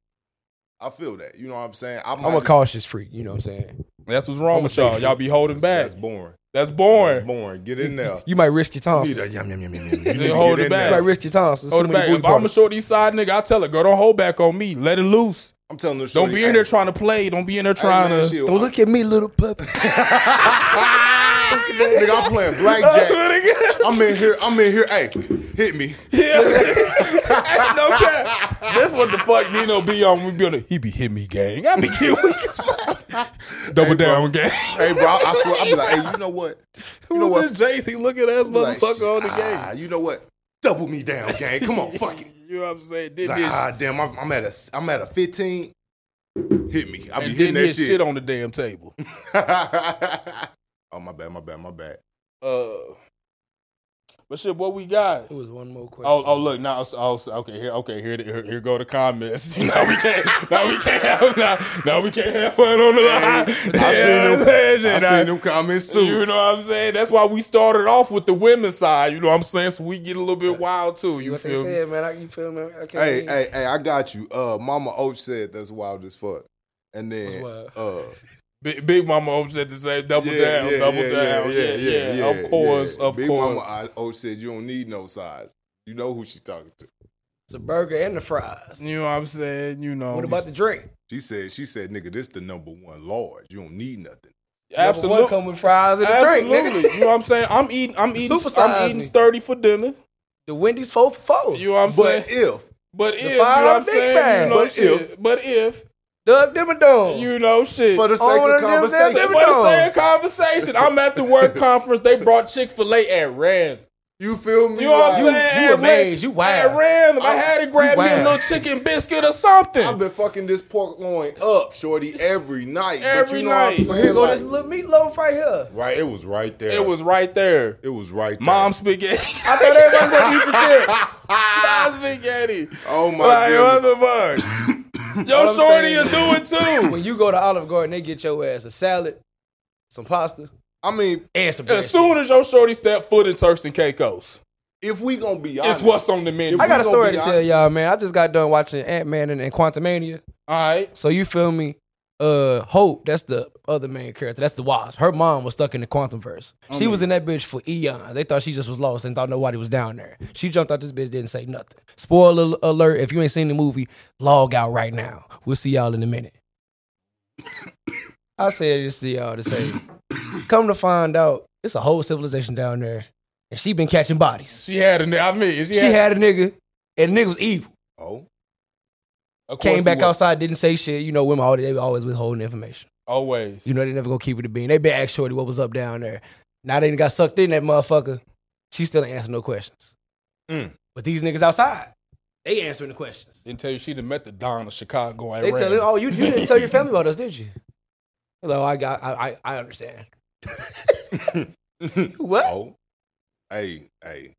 Speaker 3: I feel that. You know what I'm saying? I
Speaker 4: I'm
Speaker 3: might-
Speaker 4: a cautious freak. You know what I'm saying?
Speaker 5: That's what's wrong
Speaker 4: I'ma
Speaker 5: with
Speaker 4: say
Speaker 5: y'all.
Speaker 4: fruit.
Speaker 5: Y'all be holding back.
Speaker 3: That's boring.
Speaker 5: That's
Speaker 3: That's
Speaker 5: boring.
Speaker 3: boring. Get in
Speaker 5: *laughs*
Speaker 3: there.
Speaker 4: You might risk your
Speaker 3: You need a
Speaker 4: tonsils.
Speaker 3: yum yum yum yum. yum. You need
Speaker 5: They
Speaker 3: to
Speaker 5: hold
Speaker 3: get
Speaker 5: it
Speaker 3: in
Speaker 5: back.
Speaker 4: You
Speaker 3: there.
Speaker 4: might risk your tonsils.
Speaker 5: Hold
Speaker 4: Hold
Speaker 5: it
Speaker 4: too
Speaker 5: back.
Speaker 4: many
Speaker 5: If
Speaker 4: booty
Speaker 5: I'm a
Speaker 4: parties.
Speaker 5: shorty side nigga, I tell her, girl, don't hold back on me. Let it loose.
Speaker 3: I'm telling the shorty,
Speaker 5: Don't be in
Speaker 3: hey,
Speaker 5: there trying to play. Don't be in there
Speaker 3: hey,
Speaker 5: trying
Speaker 3: man,
Speaker 5: to. *laughs*
Speaker 3: shit,
Speaker 4: Don't look at me, little puppy.
Speaker 3: Nigga, I'm playing blackjack. I'm in here. I'm in here. Hey, hit me.
Speaker 5: *laughs* Yeah. Ain't no cap. That's what the fuck Nino be on. We be on the, he be hit me gang. I be get weak as fuck. Double
Speaker 3: Hey, bro.
Speaker 5: down gang.
Speaker 3: Hey, bro. I, I swear. I'll be like, hey, you know what? You know
Speaker 5: Who's
Speaker 3: what?
Speaker 5: this Jace? He looking ass
Speaker 3: Be like,
Speaker 5: motherfucker
Speaker 3: shit,
Speaker 5: on the
Speaker 3: ah,
Speaker 5: game.
Speaker 3: You know what? Double me down, gang. Come on, fuck
Speaker 5: *laughs*
Speaker 3: it.
Speaker 5: You know what I'm saying? Did
Speaker 3: Like,
Speaker 5: this
Speaker 3: ah, damn, I'm, I'm at a, I'm at a 15. Hit me. I be
Speaker 5: and
Speaker 3: hitting
Speaker 5: did
Speaker 3: that
Speaker 5: his
Speaker 3: shit.
Speaker 5: shit. on the damn table.
Speaker 3: *laughs* oh my bad, my bad, my bad.
Speaker 5: Uh, But shit, what we got?
Speaker 4: It was one more question.
Speaker 5: Oh, oh, look now. Oh, so- okay, here, okay, here, here, here go the comments. *laughs* now we can't, now we can't have, now, now we can't have fun on the line. *laughs* Yeah,
Speaker 3: I seen them.
Speaker 5: I'm saying,
Speaker 3: I
Speaker 5: now-
Speaker 3: seen them comments too.
Speaker 5: You know what I'm saying? That's why we started off with the women's side. You know what I'm saying? So we get a little bit wild too.
Speaker 4: See
Speaker 5: you
Speaker 4: what
Speaker 5: feel
Speaker 4: they
Speaker 5: me?
Speaker 4: said, man. I, you feel me? I can't
Speaker 3: hey,
Speaker 4: believe-
Speaker 3: hey, hey, I got you. Uh, Mama Oach said that's wild as fuck. And then,
Speaker 4: That's
Speaker 3: uh,
Speaker 5: Big, Big Mama Hope said the same. *laughs* Double
Speaker 3: yeah,
Speaker 5: down,
Speaker 3: yeah,
Speaker 5: double
Speaker 3: yeah,
Speaker 5: down. Yeah yeah,
Speaker 3: yeah,
Speaker 5: Of course,
Speaker 3: yeah.
Speaker 5: of
Speaker 3: Big
Speaker 5: course.
Speaker 3: Mama Oach said you don't need no size. You know who she's talking to.
Speaker 4: it's a burger and the fries.
Speaker 5: You know what I'm saying? You know.
Speaker 4: What about the drink?
Speaker 3: She said, she said, nigga, this the number one large. You don't need nothing.
Speaker 4: Number one
Speaker 5: absolutely?
Speaker 4: come with fries and a drink.
Speaker 5: Absolutely.
Speaker 4: Nigga.
Speaker 5: you know what I'm saying? I'm eating. I'm eating.
Speaker 4: Supersize
Speaker 5: I'm eating
Speaker 4: me.
Speaker 5: sturdy for dinner.
Speaker 4: The Wendy's four for four.
Speaker 5: You know what I'm saying?
Speaker 3: But if
Speaker 5: But if you know
Speaker 4: firearm
Speaker 5: what I'm
Speaker 4: big
Speaker 5: saying,
Speaker 4: bag.
Speaker 5: you know,
Speaker 3: But
Speaker 5: shit.
Speaker 3: if-
Speaker 5: but if
Speaker 4: Dub them and dome.
Speaker 5: you know shit.
Speaker 3: for the
Speaker 4: Oh,
Speaker 3: sake of
Speaker 4: them- them- them-
Speaker 5: Say
Speaker 3: conversation,
Speaker 5: what
Speaker 4: dog.
Speaker 5: saying conversation. I'm at the
Speaker 4: *laughs*
Speaker 5: work conference. They brought Chick Fil A at random.
Speaker 3: you feel me?
Speaker 5: You know what I'm
Speaker 3: Like,
Speaker 5: saying?
Speaker 4: you
Speaker 5: At
Speaker 4: amazed.
Speaker 5: ran-
Speaker 4: You wild.
Speaker 5: At random. I
Speaker 3: I'm-
Speaker 5: had to grab
Speaker 4: you
Speaker 5: me a
Speaker 4: wild.
Speaker 5: little chicken biscuit or something.
Speaker 3: I've been fucking this pork loin up, shorty, every night. but
Speaker 5: Every
Speaker 3: you know
Speaker 5: night.
Speaker 3: what I'm
Speaker 4: Here
Speaker 3: saying?
Speaker 4: go
Speaker 3: Like,
Speaker 4: this little meatloaf right here.
Speaker 3: right, it was right there.
Speaker 5: it was right there.
Speaker 3: it was right there.
Speaker 5: Mom spaghetti.
Speaker 4: *laughs* I thought everybody was gonna eat the
Speaker 5: *laughs* Mom
Speaker 4: chips.
Speaker 5: spaghetti.
Speaker 3: Oh my
Speaker 5: Like what
Speaker 3: god.
Speaker 5: the
Speaker 4: *coughs*
Speaker 5: fuck? Yo,
Speaker 4: All I'm
Speaker 5: shorty is
Speaker 4: saying
Speaker 5: doing
Speaker 4: *laughs*
Speaker 5: too.
Speaker 4: When you go to Olive Garden, they get your ass a salad, some pasta,
Speaker 3: I mean,
Speaker 4: and some.
Speaker 5: As soon as your shorty step foot in Turks and Caicos,
Speaker 3: if we gonna be honest,
Speaker 5: it's what's on the menu.
Speaker 3: If
Speaker 4: I got a
Speaker 3: we gonna
Speaker 4: story
Speaker 3: be
Speaker 4: to tell
Speaker 3: honest.
Speaker 4: y'all, man. I just got done watching Ant Man and, and Quantumania.
Speaker 5: All right.
Speaker 4: So you feel me? Uh, Hope, that's the other main character. That's the Wasp. Her mom was stuck in the Quantum Verse.
Speaker 3: Oh,
Speaker 4: She was in that bitch for eons. They thought she just was lost and thought nobody was down there. She jumped out this bitch, didn't say nothing. Spoiler alert: If you ain't seen the movie, log out right now. We'll see y'all in a minute. *coughs* I said this to y'all to say, *coughs* come to find out, it's a whole civilization down there, and she been catching bodies.
Speaker 5: She had a nigga. I mean, she,
Speaker 4: She had a nigga, and the nigga was evil
Speaker 3: Oh,
Speaker 5: of course
Speaker 4: came
Speaker 5: he
Speaker 4: back
Speaker 5: was.
Speaker 4: outside, didn't say shit. You know, women always they always withholding information.
Speaker 5: Always.
Speaker 4: You know, they never gonna keep it a bean. They been asked Shorty what was up down there. Now they done got sucked in that motherfucker. She still ain't answering no questions.
Speaker 3: Mm.
Speaker 4: But these niggas outside, they answering the questions.
Speaker 5: Didn't tell you she'd have met the Don of Chicago.
Speaker 4: They
Speaker 5: Iran.
Speaker 4: telling, oh, you, you didn't
Speaker 5: *laughs*
Speaker 4: tell your family about us, did you? Hello, I got, I, I, I
Speaker 5: *laughs*
Speaker 4: understand. *laughs* what?
Speaker 3: oh, hey, hey.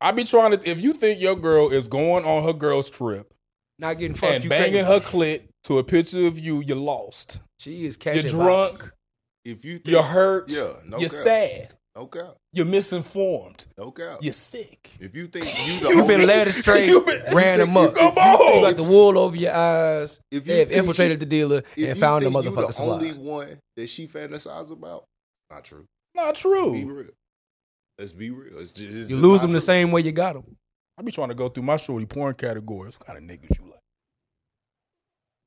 Speaker 5: I be trying to. If you think your girl is going on her girl's trip
Speaker 4: Not getting fucked.
Speaker 5: and
Speaker 4: you
Speaker 5: banging
Speaker 4: crazy.
Speaker 5: her clit to a picture of you, you're lost.
Speaker 4: She is
Speaker 5: You're
Speaker 4: catching. Oh,
Speaker 5: drunk.
Speaker 4: bodies.
Speaker 3: If you think,
Speaker 5: You're hurt.
Speaker 3: yeah, no
Speaker 5: you're
Speaker 3: cap.
Speaker 5: sad.
Speaker 3: no cap,
Speaker 5: You're misinformed.
Speaker 3: no cap.
Speaker 5: You're sick.
Speaker 3: If you think
Speaker 5: *laughs*
Speaker 3: you the
Speaker 4: You've been
Speaker 3: only-
Speaker 4: led astray,
Speaker 5: You been-
Speaker 4: ran
Speaker 5: you
Speaker 4: them up.
Speaker 5: come
Speaker 4: You
Speaker 5: on.
Speaker 4: got the wool over your eyes.
Speaker 3: If you
Speaker 4: they have
Speaker 3: think
Speaker 4: infiltrated the dealer
Speaker 3: if
Speaker 4: and
Speaker 3: you
Speaker 4: found the
Speaker 3: think you
Speaker 4: motherfucker
Speaker 3: the
Speaker 4: supply.
Speaker 3: only one that she fantasizes about, not true.
Speaker 5: Not
Speaker 3: Be
Speaker 5: true.
Speaker 3: real. Let's be real. It's just, it's
Speaker 4: you
Speaker 3: just
Speaker 4: lose
Speaker 3: not
Speaker 4: them the
Speaker 3: true.
Speaker 4: same way you got them.
Speaker 5: I be trying to go through my shorty porn categories. What kind of niggas you like?
Speaker 3: I-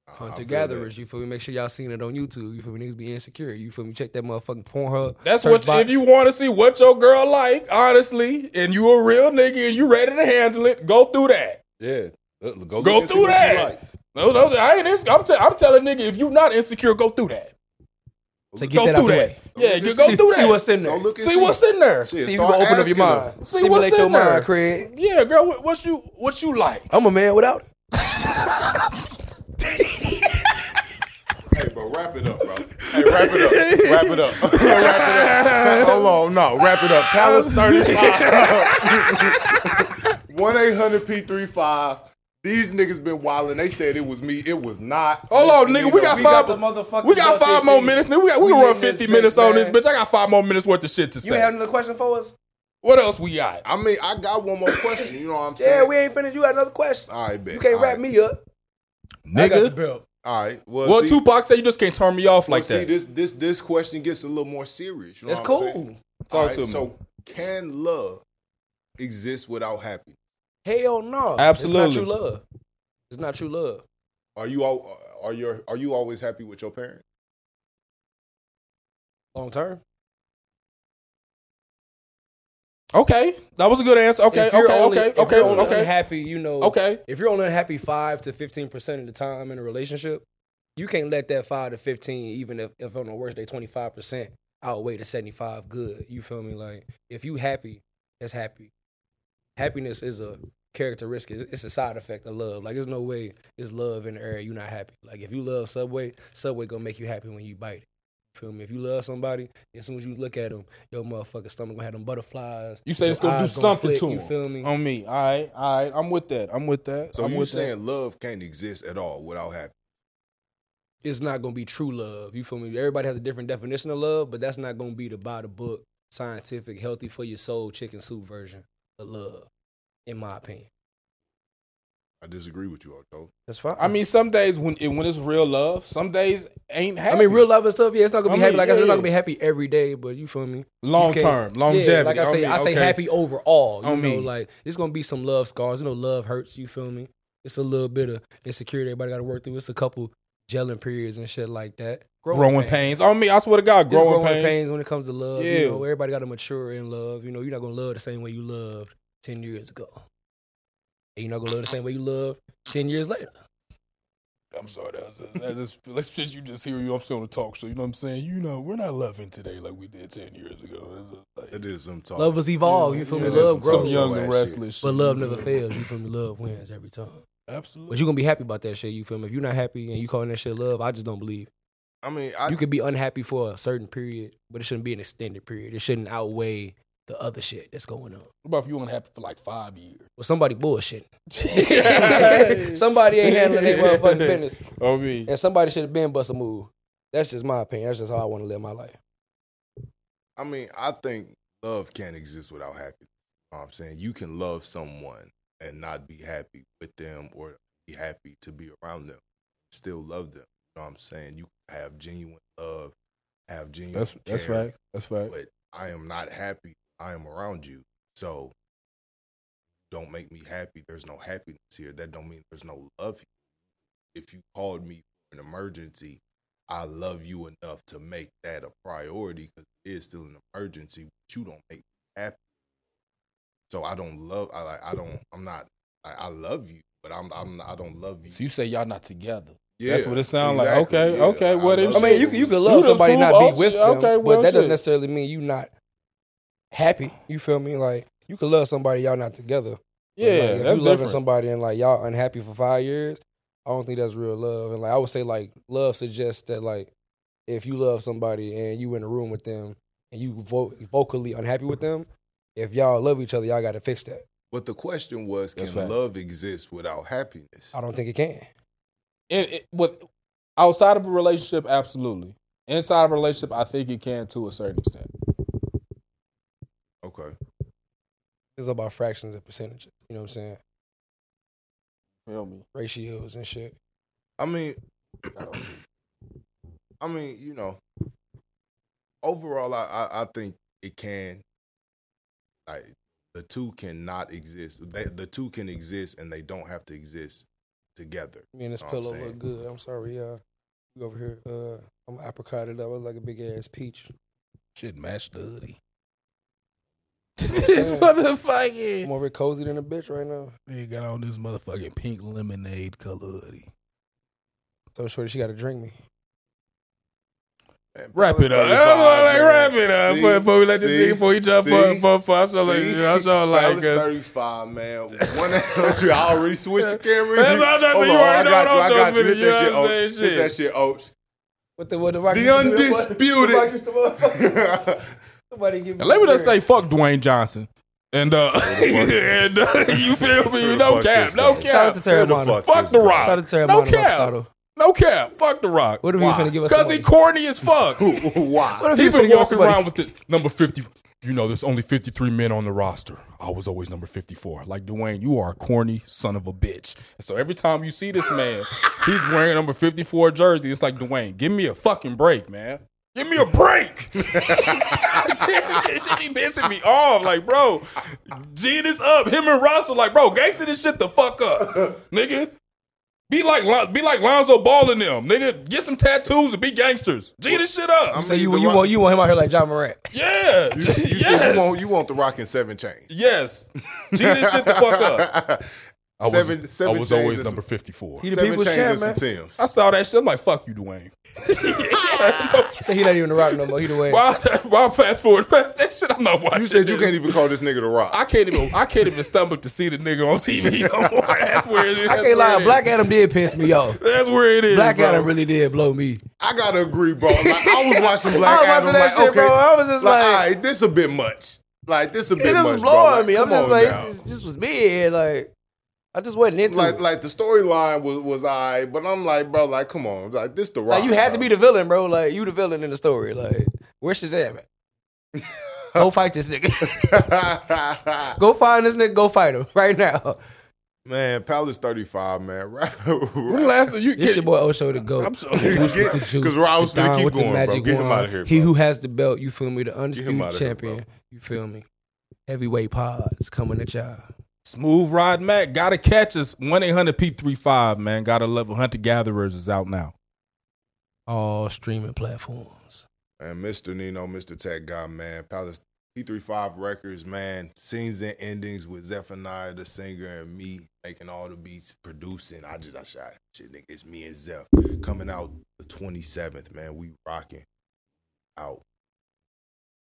Speaker 3: I feel
Speaker 4: Hunter
Speaker 3: that.
Speaker 4: gatherers, you feel me? Make sure y'all seen it on YouTube. You feel me? Niggas be insecure. You feel me? Check that motherfucking Pornhub.
Speaker 5: That's
Speaker 4: search
Speaker 5: what
Speaker 4: box.
Speaker 5: if you want to see what your girl like, honestly, and you a real nigga and you ready to handle it, go through that.
Speaker 3: Yeah. Look, look, Go,
Speaker 5: Go
Speaker 3: look and see
Speaker 5: through
Speaker 3: what you
Speaker 5: that.
Speaker 3: Like.
Speaker 5: No, no, I ain't. ins- I'm, te- I'm telling nigga, if you not insecure, go through that.
Speaker 4: So get
Speaker 5: Go
Speaker 4: that out
Speaker 5: through
Speaker 4: the
Speaker 5: that.
Speaker 4: way.
Speaker 5: Yeah,
Speaker 3: Don't
Speaker 5: you
Speaker 3: look
Speaker 5: go
Speaker 4: see,
Speaker 5: through
Speaker 4: see
Speaker 5: that.
Speaker 4: what's in there.
Speaker 3: Go look and
Speaker 5: See what's in there.
Speaker 3: Shit,
Speaker 4: see if you
Speaker 3: start
Speaker 4: gonna open up your
Speaker 3: asking
Speaker 4: mind.
Speaker 3: them.
Speaker 5: See
Speaker 4: Stimulate
Speaker 5: what's
Speaker 4: your
Speaker 5: in there.
Speaker 4: mind, Craig.
Speaker 5: Yeah, girl, what, what you what you like?
Speaker 4: I'm a man without it.
Speaker 3: Hey, bro, wrap it up, bro. Hey, wrap it up. Wrap it up. *laughs* wrap it up. Hold on, no, wrap it up. Palace *laughs* 35. 1 800 P35. These niggas been wilding. They said it was me. It was not.
Speaker 5: Hold on,
Speaker 3: Listen,
Speaker 5: nigga.
Speaker 3: you
Speaker 5: We
Speaker 3: know,
Speaker 5: got five.
Speaker 4: got the motherfucking
Speaker 5: we got
Speaker 4: bucket
Speaker 5: five more
Speaker 4: seat.
Speaker 5: minutes, nigga. We, got, we,
Speaker 4: We
Speaker 5: can run
Speaker 4: letting this
Speaker 5: fifty minutes
Speaker 4: bitch,
Speaker 5: on this
Speaker 4: man.
Speaker 5: bitch. I got five more minutes worth of shit to
Speaker 4: You
Speaker 5: say.
Speaker 4: have another question for us?
Speaker 5: what else we got?
Speaker 3: I mean, I got one more question. You know what I'm saying?
Speaker 4: Yeah, we ain't finished. You got another question.
Speaker 3: All right, bet.
Speaker 4: You can't
Speaker 3: All
Speaker 4: wrap
Speaker 3: right.
Speaker 4: me up. I got the
Speaker 5: Nigga.
Speaker 4: belt.
Speaker 3: All right. Well,
Speaker 5: Well,
Speaker 3: see,
Speaker 5: Tupac said you just can't turn me off
Speaker 3: well,
Speaker 5: like
Speaker 3: see,
Speaker 5: that.
Speaker 3: this this this question gets a little more serious. You know
Speaker 4: That's
Speaker 3: what I'm saying?
Speaker 4: cool.
Speaker 5: Talk
Speaker 3: All right,
Speaker 5: to me.
Speaker 3: So, can love exist without happiness?
Speaker 4: Hell no. It's
Speaker 5: Absolutely.
Speaker 4: not true love. It's not true love.
Speaker 3: Are you all are your are you always happy with your parents?
Speaker 4: Long term.
Speaker 5: okay, that was a good answer. Okay,
Speaker 4: If you're
Speaker 5: okay,
Speaker 4: only-
Speaker 5: okay,
Speaker 4: if
Speaker 5: okay,
Speaker 4: you're only
Speaker 5: okay,
Speaker 4: Unhappy, you know.
Speaker 5: okay.
Speaker 4: if you're only happy five to fifteen percent of the time in a relationship, you can't let that five to fifteen, even if, if on the worst day twenty five percent outweigh the seventy five good. You feel me? Like if you happy, that's happy. Happiness is a characteristic. It's it's a side effect of love. Like there's no way it's love in the air. You're not happy. Like if you love Subway, Subway gonna make you happy when you bite it. Feel me? If you love somebody, as soon as you look at them, your motherfucking stomach gonna have them butterflies.
Speaker 5: You say
Speaker 4: your
Speaker 5: it's gonna do
Speaker 4: eyes
Speaker 5: something
Speaker 4: flick,
Speaker 5: to Uh-huh.
Speaker 4: you.
Speaker 5: him.
Speaker 4: Feel me?
Speaker 5: On me. All right, all right. I'm with that. I'm with that.
Speaker 3: So
Speaker 5: I'm
Speaker 3: you
Speaker 5: with
Speaker 3: saying love can't exist at all without happiness?
Speaker 4: it's not gonna be true love. You feel me? Everybody has a different definition of love, but that's not gonna be the by the book, scientific, healthy for your soul, chicken soup version of love, in my opinion.
Speaker 3: I disagree with you, Otto.
Speaker 4: That's fine.
Speaker 5: that. I mean, some days when it, when it's real love, some days ain't
Speaker 4: I
Speaker 5: happy.
Speaker 4: mean, real love and stuff. Yeah, it's not gonna be
Speaker 5: I mean,
Speaker 4: happy. Like I said, it's
Speaker 5: yeah,
Speaker 4: not gonna be happy every day, but you feel me?
Speaker 5: long
Speaker 4: You
Speaker 5: term,
Speaker 4: can't-
Speaker 5: longevity.
Speaker 4: Yeah, like I say,
Speaker 5: mean,
Speaker 4: I say
Speaker 5: okay.
Speaker 4: happy overall. You
Speaker 5: On
Speaker 4: know,
Speaker 5: me.
Speaker 4: like it's gonna be some love scars. You know, love hurts. You feel me? It's a little bit of insecurity. Everybody got to work through. It's a couple gelling periods and shit like that.
Speaker 5: growing pains. on me. I swear to God,
Speaker 4: It's
Speaker 5: growing, pains.
Speaker 4: pains when it comes to love.
Speaker 5: Yeah.
Speaker 4: You know, everybody got to mature in love. You know, you're not gonna love the same way you loved ten years ago. And you're not gonna love the same way you loved ten years later.
Speaker 5: I'm sorry, that's that's just let's just you just hear you. I'm still on the talk show. You know what I'm saying? You know, we're not loving today like we did ten years ago. It's just like-
Speaker 3: That is some talk.
Speaker 4: Love is evolved. You feel
Speaker 3: Oh.
Speaker 4: me?
Speaker 3: yeah, that is
Speaker 4: Love
Speaker 3: some
Speaker 5: some
Speaker 4: grows.
Speaker 5: young
Speaker 3: ass
Speaker 5: and
Speaker 3: shit.
Speaker 5: restless.
Speaker 4: But love never fails. You feel me? Love wins every time. But
Speaker 5: Absolutely.
Speaker 4: you're gonna be happy about that shit. You feel me? If you're not happy and you calling that shit love, I just don't believe.
Speaker 3: I mean, I,
Speaker 4: You could be unhappy for a certain period, but it shouldn't be an extended period. It shouldn't outweigh the other shit that's going on.
Speaker 5: What about if you only happy for like five
Speaker 4: *laughs*
Speaker 5: years? *laughs*
Speaker 4: Well, somebody bullshitting. *laughs* somebody ain't handling their motherfucking business.
Speaker 5: I mean,
Speaker 4: And somebody should have been bust a move. That's just my opinion. That's just how I want to live my life.
Speaker 3: I mean, I think love can't exist without happiness. You know what I'm saying you can love someone and not be happy with them or be happy to be around them. Still love them. You know what I'm saying? You can have genuine love, have genuine
Speaker 5: that's that's
Speaker 3: care,
Speaker 5: right. That's right.
Speaker 3: But I am not happy. I am around you. So don't make me happy. There's no happiness here. That don't mean there's no love here. If you called me for an emergency, I love you enough to make that a priority because it is still an emergency, but you don't make me happy. So I don't love I like I don't I'm not I, I love you, but I'm I'm I don't love you.
Speaker 5: So you say y'all not together?
Speaker 3: Yeah,
Speaker 5: that's what it sound
Speaker 3: exactly,
Speaker 5: like. Okay,
Speaker 3: yeah.
Speaker 5: okay.
Speaker 3: I
Speaker 5: What
Speaker 3: love
Speaker 5: is?
Speaker 4: I mean, you can you can love
Speaker 5: You the
Speaker 4: somebody and
Speaker 5: fool,
Speaker 4: not
Speaker 5: oh,
Speaker 4: be with
Speaker 5: shit,
Speaker 4: them,
Speaker 5: okay, well,
Speaker 4: but that
Speaker 5: shit.
Speaker 4: doesn't necessarily mean you not happy. You feel me? Like you can love somebody, y'all not together. But,
Speaker 5: yeah,
Speaker 4: like,
Speaker 5: that's
Speaker 4: if you loving
Speaker 5: different.
Speaker 4: somebody and like y'all unhappy for five years, I don't think that's real love. And like I would say, like love suggests that like if you love somebody and you in a room with them and you vo- vocally unhappy with them, if y'all love each other, y'all got to fix that.
Speaker 3: But the question was, can
Speaker 5: That's right.
Speaker 3: love exist without happiness?
Speaker 4: I don't think it can.
Speaker 5: And it, with outside of a relationship, absolutely. Inside of a relationship, I think it can to a certain extent.
Speaker 3: Okay.
Speaker 4: It's about fractions and percentages. You know what I'm saying?
Speaker 5: Feel me?
Speaker 4: Ratios and shit.
Speaker 3: I mean, *clears throat* I mean, you know, overall, I, I, I think it can. Like the two cannot exist. They, the two can exist, and they don't have to exist together.
Speaker 4: Me and this
Speaker 3: Know what I'm
Speaker 4: pillow
Speaker 3: saying?
Speaker 4: look good. I'm sorry, y'all. You over here, uh, I'm apricotted up. I look like a big ass peach.
Speaker 5: Should match the *laughs* hoodie.
Speaker 4: This I'm
Speaker 5: motherfucking.
Speaker 4: over here cozy than a bitch right now.
Speaker 5: They got on this motherfucking pink lemonade color hoodie.
Speaker 4: So shorty, she got to drink me.
Speaker 3: Man,
Speaker 5: Wrap
Speaker 3: Palace
Speaker 5: it up.
Speaker 3: 35,
Speaker 5: Like,
Speaker 3: man.
Speaker 5: wrap it up
Speaker 3: See?
Speaker 5: before, before we let this
Speaker 3: See?
Speaker 5: nigga before he jump
Speaker 3: See?
Speaker 5: up. Before, before I saw like,
Speaker 3: See?
Speaker 5: I saw like,
Speaker 3: Palace
Speaker 5: uh,
Speaker 3: 35, man. One, *laughs* I already switched the
Speaker 5: *laughs*
Speaker 3: camera.
Speaker 5: That's what I'm trying to
Speaker 3: Hold
Speaker 5: say. You
Speaker 3: on,
Speaker 5: already
Speaker 3: I
Speaker 5: know
Speaker 3: got
Speaker 5: what
Speaker 3: you. I
Speaker 5: I'm
Speaker 3: got you.
Speaker 5: doing,
Speaker 3: Hit
Speaker 5: you know
Speaker 3: that shit,
Speaker 5: what I'm saying?
Speaker 3: Oaks. Hit that shit, Oaks.
Speaker 4: What the what the rock?
Speaker 3: The
Speaker 4: used to do?
Speaker 3: undisputed.
Speaker 4: The Rock used to- *laughs* Somebody give me.
Speaker 5: let me
Speaker 4: a
Speaker 5: just say,
Speaker 4: drink.
Speaker 5: fuck Dwayne Johnson. And uh, *laughs* and uh, you feel me? No
Speaker 3: Fuck
Speaker 5: cap,
Speaker 3: this
Speaker 5: no
Speaker 3: guy.
Speaker 5: cap.
Speaker 4: Shout out to Terry
Speaker 3: Who the
Speaker 4: Mono.
Speaker 5: Fuck
Speaker 3: this
Speaker 5: The
Speaker 3: guy?
Speaker 5: Rock.
Speaker 4: Shout out to Terry
Speaker 5: No
Speaker 4: Mono.
Speaker 5: cap.
Speaker 4: Sato.
Speaker 5: No cap. Fuck The Rock.
Speaker 4: What if he
Speaker 3: Why?
Speaker 4: finna give us?
Speaker 5: Because he
Speaker 4: somebody?
Speaker 5: corny as
Speaker 4: *laughs*
Speaker 5: fuck.
Speaker 3: *laughs* Why?
Speaker 4: What if
Speaker 5: He's
Speaker 4: he finna
Speaker 5: been
Speaker 4: give us
Speaker 5: walking
Speaker 4: somebody?
Speaker 5: around with the number 50. You know, there's only 53 men on the roster. I was always number 54. Like, Dwayne, you are a corny son of a bitch. And so every time you see this man, he's wearing a number 54 jersey. It's like, Dwayne, give me a fucking break, man. Give me a break. *laughs* this shit be pissing me off. Like, bro, G this up. Him and Russell, like, bro, gangster this shit the fuck up. Nigga, be like Lon- be like Lonzo Ball in them. Nigga, get some tattoos and be gangsters. G this shit up.
Speaker 4: So you you want you want him out here like John Morant?
Speaker 5: Yeah.
Speaker 3: You, you said
Speaker 5: yes.
Speaker 3: you want you want the rock in seven chains.
Speaker 5: yes. G this shit the fuck up. I was,
Speaker 3: Seven- seven
Speaker 5: I was
Speaker 3: chains
Speaker 5: always
Speaker 3: is-
Speaker 5: number 54.
Speaker 4: He the
Speaker 3: seven
Speaker 4: people's
Speaker 3: chains
Speaker 4: champ,
Speaker 3: and some
Speaker 4: man.
Speaker 3: Tim's.
Speaker 5: I saw that shit. I'm like, fuck you, Dwayne.
Speaker 4: So he not even the rock no more. He the way.
Speaker 5: Why, why fast forward past that shit? I'm not watching.
Speaker 3: You said you
Speaker 5: this.
Speaker 3: can't even call this nigga the rock.
Speaker 5: I can't even. I can't even stomach to see the nigga on TV no more.
Speaker 3: *laughs*
Speaker 5: That's where it is.
Speaker 4: I
Speaker 5: That's where
Speaker 4: can't lie.
Speaker 5: it is.
Speaker 4: Black Adam did piss me off.
Speaker 5: That's where it is.
Speaker 4: Black
Speaker 5: bro.
Speaker 4: Adam really did blow me.
Speaker 3: I gotta agree, bro. Like, I *laughs* was watching Black
Speaker 4: I was
Speaker 3: Adam.
Speaker 4: watching that
Speaker 3: like,
Speaker 4: shit,
Speaker 3: okay,
Speaker 4: bro. I was just like-
Speaker 3: all right, this a bit much. Like, this a bit
Speaker 8: It
Speaker 3: much.
Speaker 8: was
Speaker 3: bro.
Speaker 8: blowing me. I'm
Speaker 3: come
Speaker 8: just
Speaker 3: on
Speaker 8: like,
Speaker 3: now.
Speaker 8: this, is- this was me here. Like, I just wasn't into
Speaker 3: like,
Speaker 8: it.
Speaker 3: like the storyline was was I, but I'm like, bro, like, come on, like this the rock.
Speaker 8: Like, you had to
Speaker 3: bro.
Speaker 8: be the villain, bro. Like, you the villain in the story. Like, where's Shazam at?
Speaker 3: *laughs*
Speaker 8: go fight this nigga. *laughs* go find this nigga. Go fight him right now.
Speaker 3: *laughs* man, Palace 35, man. *laughs* Right,
Speaker 5: When the last time you
Speaker 8: This
Speaker 5: get
Speaker 8: your boy Osho the goat.
Speaker 5: I'm sorry.
Speaker 4: The goose with the juice,
Speaker 3: Because I was
Speaker 4: the
Speaker 3: gonna
Speaker 4: Don
Speaker 3: keep
Speaker 4: with the
Speaker 3: going, bro.
Speaker 4: magic
Speaker 3: Get him
Speaker 4: wand.
Speaker 3: out of here.
Speaker 4: He
Speaker 3: bro.
Speaker 4: who has the belt, you feel me? The undisputed
Speaker 3: outta here, bro.
Speaker 4: champion, you feel me? Heavyweight pods coming at y'all.
Speaker 5: Smooth Rod Mac gotta catch us. One eight hundred P 35 man. Gotta love Hunter Gatherers is out now.
Speaker 4: All streaming platforms.
Speaker 3: And Mr. Nino, Mr. Tech Guy, man, Palace T35 Records, man, scenes and endings with Zephaniah the singer and me making all the beats, producing. I just I shot shit, nigga. It's me and Zeph coming out the 27th, man. We rocking out.